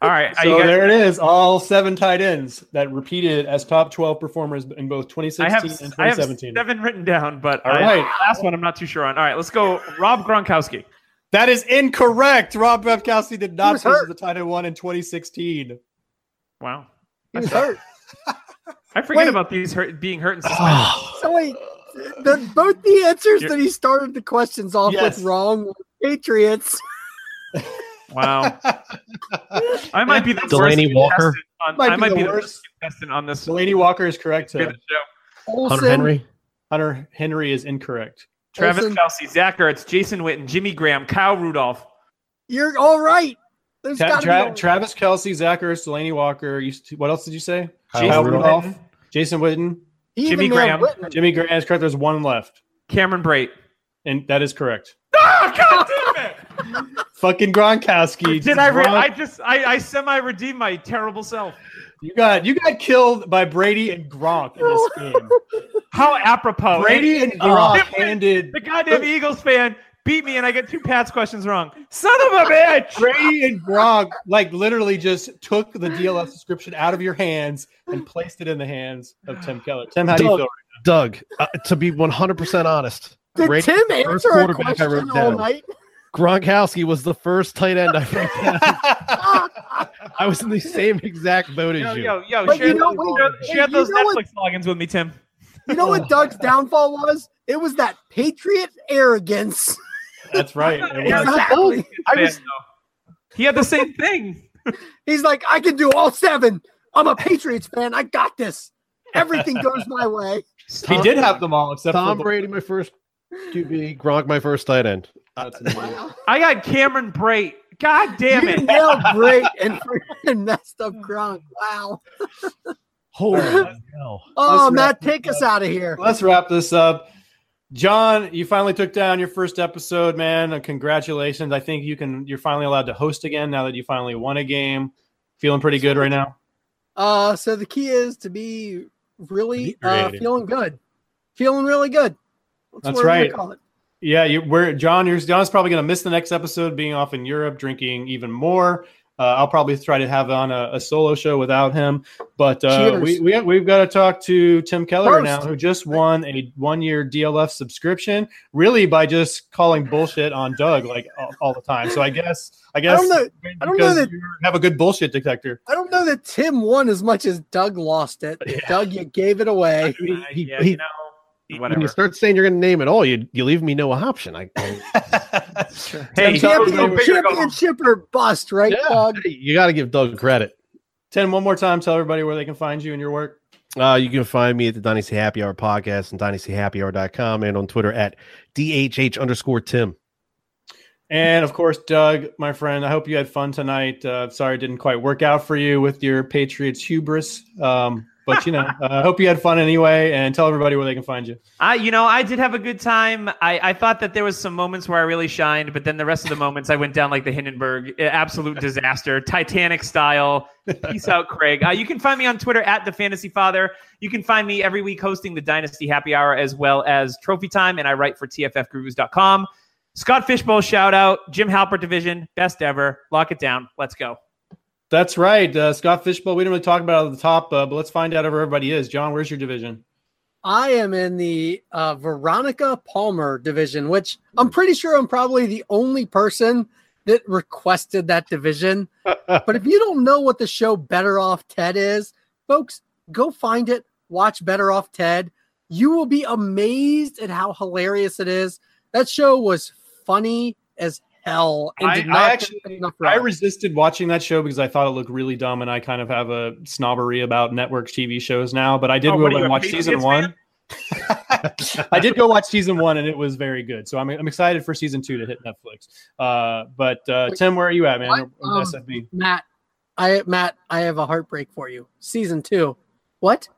All All right. Are
so
you guys,
there it is. All seven tight ends that repeated as top 12 performers in both 2016
I have,
and
I have
2017.
seven written down, but
All
I-
right.
the last one I'm not too sure on. All right, let's go. Rob Gronkowski.
That is incorrect. Rob Gronkowski did not
was
finish
hurt.
the tight end one in 2016.
Wow.
He was hurt.
I forget
Wait.
about these hurt, being hurt and suspended.
Oh,
So wait, the, both the answers
You're-
that he started the questions off
Yes.
with wrong were Patriots.
Wow. I might be the
Delaney
worst
Walker.
contestant On,
Might
I
be
might
the
be the
worst.
worst contestant on this on
Delaney Walker is correct.
the
Too.
show.
Olsen,
Hunter Henry.
Hunter Henry is incorrect.
Travis
Olsen,
Kelsey, Zach Ertz, Jason Witten, Jimmy Graham, Kyle Rudolph.
you're all right. There's
Ta-
gotta be
Tra-
a-
Travis Kelsey, Zachary, Delaney Walker. You, what else did you say?
Kyle
Kyle
Rudolph.
Rudolph, Jason Witten,
he even
Jimmy
nailed
Graham.
Whitman.
Jimmy Graham is correct. There's one left,
Cameron Brait.
and that is correct.
Oh, God damn it!
Fucking Gronkowski.
Did I? Re-
Gronk-
I just I, I semi redeemed my terrible self.
you got you got killed by Brady and Gronk in this game.
How apropos!
Brady and Gronk
Oh.
handed
the goddamn Eagles fan beat me, and I get two Pats questions wrong. Son of a bitch!
Brady and Gronk like literally just took the DLF subscription out of your hands and placed it in the hands of Tim Keller. Tim, how do you
Doug.
feel?
Doug, uh, to be 100% honest,
Did
Brady
Tim
was
answer
the first
a
quarterback I wrote
question all
down.
night?
Gronkowski was the first tight end I wrote down. I was in the same exact boat as
Yo,
you.
yo, yo!
But
share
you know
those-
what?
share- share
Hey, you
those
know what-
Netflix logins with me, Tim.
You know what Doug's downfall was? It was that Patriot arrogance.
That's right. It was.
Exactly.
I
Fan,
was-
though. He had the same thing.
He's like, I can do all seven. I'm a Patriots fan. I got this. Everything goes my way.
He did have them all except
Tom
for
Brady, my first QB. Gronk, my first tight end.
That's amazing.
I got Cameron Brait. God damn
you
it!
nailed great and freaking messed up Gronk. Wow.
Holy hell.
Oh,
Let's
Matt,
wrap
take
this
us out of here.
Let's wrap this up. John, you finally took down your first episode, man. Uh, Congratulations. I think you can you're finally allowed to host again now that you finally won a game. Feeling pretty good right now.
Uh, so the key is to be really uh,
Inebriated.
feeling good, feeling really good.
That's
what we're gonna
right.
call it.
Yeah, you we're John, you're John's probably gonna miss the next episode being off in Europe, drinking even more. Uh, I'll probably try to have on a, a solo show without him, but uh,
Cheers.
we, we we've got to talk to Tim Keller
Prost.
now, who just won a one-year DLF subscription, really by just calling bullshit on Doug like all, all the time. So I guess I
I
guess
don't know. I don't
because
know that-
you have a good bullshit detector.
I don't know that Tim won as much as Doug lost it. Doug, you gave it away.
He-
Uh,
he-
yeah,
he-
you know,
When
whatever.
you start saying you're going to name it all, you, you leave me no option. I, I-
Hey,
Tim,
go
Champion,
Doug,
big or go home.
championship or bust, right,
Yeah.
Doug?
you got to give Doug credit.
Tim, one more time, tell everybody where they can find you and your work.
Uh, you can find me at the Dynasty Happy Hour podcast and dynastyhappyhour.com and on Twitter at DHH underscore Tim.
And of course, Doug, my friend, I hope you had fun tonight. Uh, sorry it didn't quite work out for you with your Patriots hubris. Um, but, you know, uh, I hope you had fun anyway. And tell everybody where they can find you.
I, you know, I did have a good time. I, I thought that there was some moments where I really shined, but then the rest of the moments I went down like the Hindenburg, eh, absolute disaster, Titanic style. Peace out, Craig. Uh, you can find me on Twitter at the Fantasy Father. You can find me every week hosting the Dynasty Happy Hour as well as Trophy Time, and I write for TFFGurus.com. Scott Fishbowl, shout out. Jim Halpert Division, best ever. Lock it down. Let's go.
That's right. Uh, Scott Fishbowl, we didn't really talk about it at the top, uh, but let's find out where everybody is. John, where's your division?
I am in the uh, Veronica Palmer division, which I'm pretty sure I'm probably the only person that requested that division. but if you don't know what the show Better Off Ted is, folks, go find it. Watch Better Off Ted. You will be amazed at how hilarious it is. That show was funny as hell and
I-
did
I
not get
actually-
enough
I
love.
resisted watching that show because I thought it looked really dumb, and I kind of have a snobbery about network TV shows now. But I did
Oh,
go
what are you,
and
a
watch season
Patriots
one. I did go watch season one, and it was very good. So I'm, I'm excited for season two to hit Netflix. Uh, but uh,
Wait,
Tim, where are you at, man?
what?
With
Um,
SFB.
Matt, I Matt, I have a heartbreak for you. Season two. What?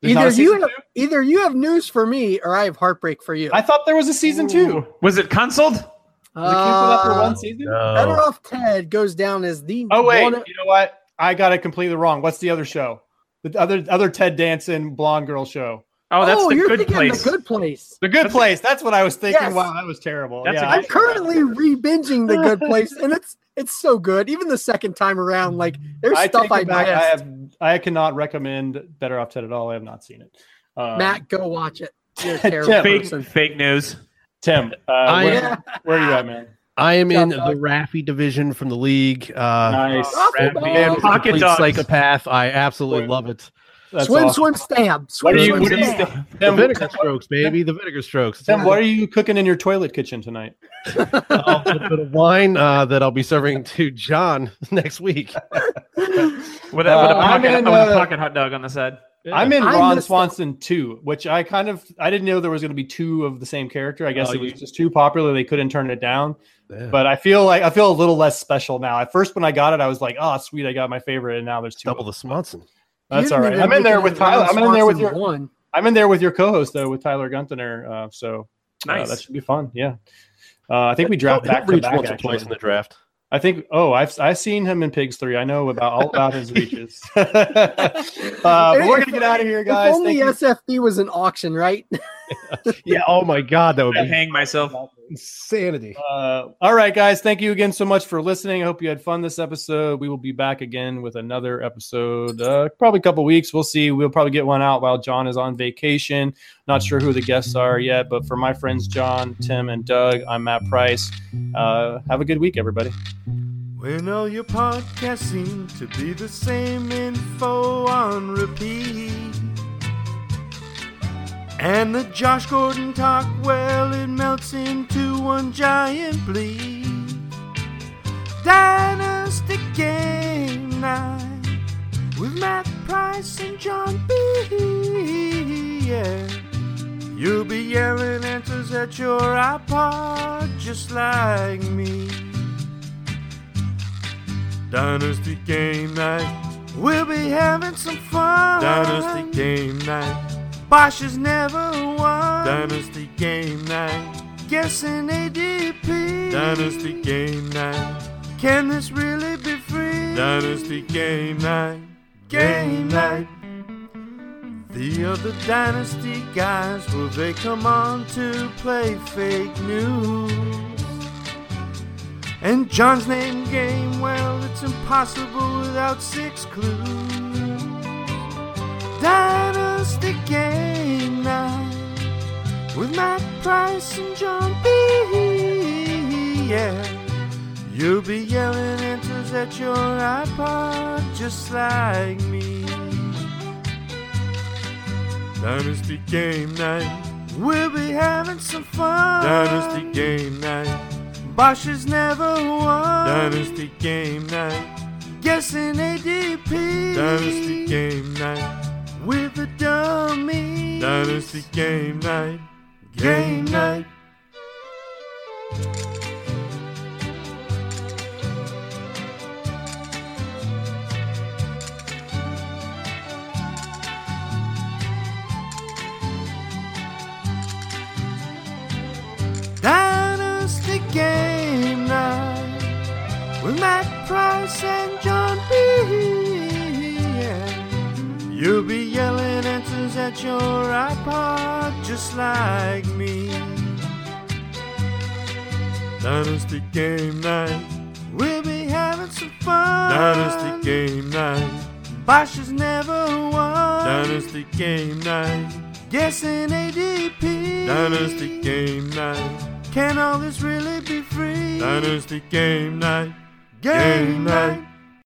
There's not a
either you
season
have,
two?
either you have news for me or I have heartbreak for you.
I thought there was a season two. Was it
Was it consoled?
canceled after
Uh,
one season?
Better off Ted goes down as the
Oh wait,
one-
you know what? I got it completely wrong. What's the other show? The other other Ted Danson blonde girl show.
Oh, that's the
you're
good
thinking
place.
the good place.
The Good Place. That's what I was thinking.
Yes.
Wow, that was terrible.
That's
yeah,
a good
I-
I'm currently re-binging the good place, and it's It's so good. Even the second time around, like there's
I
stuff
take it
I
back. I
missed.
have. I cannot recommend Better Off Ted at all. I have not seen it. Um,
Matt, go watch it. You're a
Tim.
terrible
Fake,
person.
fake news.
Tim, uh,
I-
where, where are you at, man?
I am
Good
in the
job, dog.
Raffy division from the league. Uh,
nice.
Raffy
Raffy.
Ball.
man was a
Pocket
complete
dogs.
psychopath. I absolutely love it.
That's
swim,
awesome.
swim, stab.
What
Swim,
are you?
swim,
What are you?
stab.
The
Tim,
vinegar strokes, baby. The vinegar strokes. It's
Tim, what are you cooking in your toilet kitchen tonight?
a little bit of wine uh, that I'll be serving to John next week.
With a, with a,
Uh, I'm
pocket,
in,
with a
uh,
pocket hot dog on the side.
I'm in
I
Ron
missed it.
Swanson two, which I kind of I didn't know there was going to be two of the same character. I guess
Oh,
it was
you-
just too popular; they couldn't turn it down.
Yeah.
But I feel like I feel a little less special now. At first, when I got it, I was like, "Oh, sweet, I got my favorite," and now there's two.
Double the Swanson.
You
That's all right.
didn't even
I'm in
make
there
it
with
into
Tyler.
round
I'm in there with your.
Swanson one.
I'm in there with your co-host though, with Tyler Gunther. Uh, so uh,
Nice.
that should be fun. Yeah, uh, I think we dropped
He'll- he'll
back to
reach
back.
once or
actually.
twice in the draft.
I think. Oh, I've I've seen him in Pigs Three. I know about all about his reaches. uh, but we're gonna get out of here, guys.
if only
Thank you.
SFB was an auction, right?
Yeah. Oh my God, that would
I
be
hang myself.
insanity.
Uh, all right, guys. Thank you again so much for listening. I hope you had fun this episode. We will be back again with another episode, uh, probably a couple weeks. We'll see. We'll probably get one out while John is on vacation. Not sure who the guests are yet, but for my friends John, Tim, and Doug, I'm Matt Price. Uh, have a good week, everybody.
When all your podcasts seem to be the same info on repeat. And the Josh Gordon talk, well, it melts into one giant bleed. Dynasty Game Night with Matt Price and John B. Yeah. You'll be yelling answers at your iPod just like me. Dynasty game night. We'll be having some fun. Dynasty game night. Bosch has never won. Dynasty game night. Guessing ADP. Dynasty game night. Can this really be free? Dynasty game night. Game night. The other dynasty guys, will they come on to play fake news? And John's name game, well, it's impossible without six clues. Dynasty Game Night with Matt Price and John B. Yeah, you'll be yelling answers at your iPod just like me. Dynasty Game Night, we'll be having some fun. Dynasty Game Night. Bosch has never won. Dynasty game night. Guessing ADP. Dynasty game night. With the dummies. Dynasty game night. Game night. Dynasty Game Night with Matt Price and John B. Yeah. You'll be yelling answers at your iPod just like me. Dynasty Game Night, we'll be having some fun. Dynasty Game Night, Bosch has never won. Dynasty Game Night. Guessing ADP. Dynasty game night. Can all this really be free? Dynasty game night. Game, night.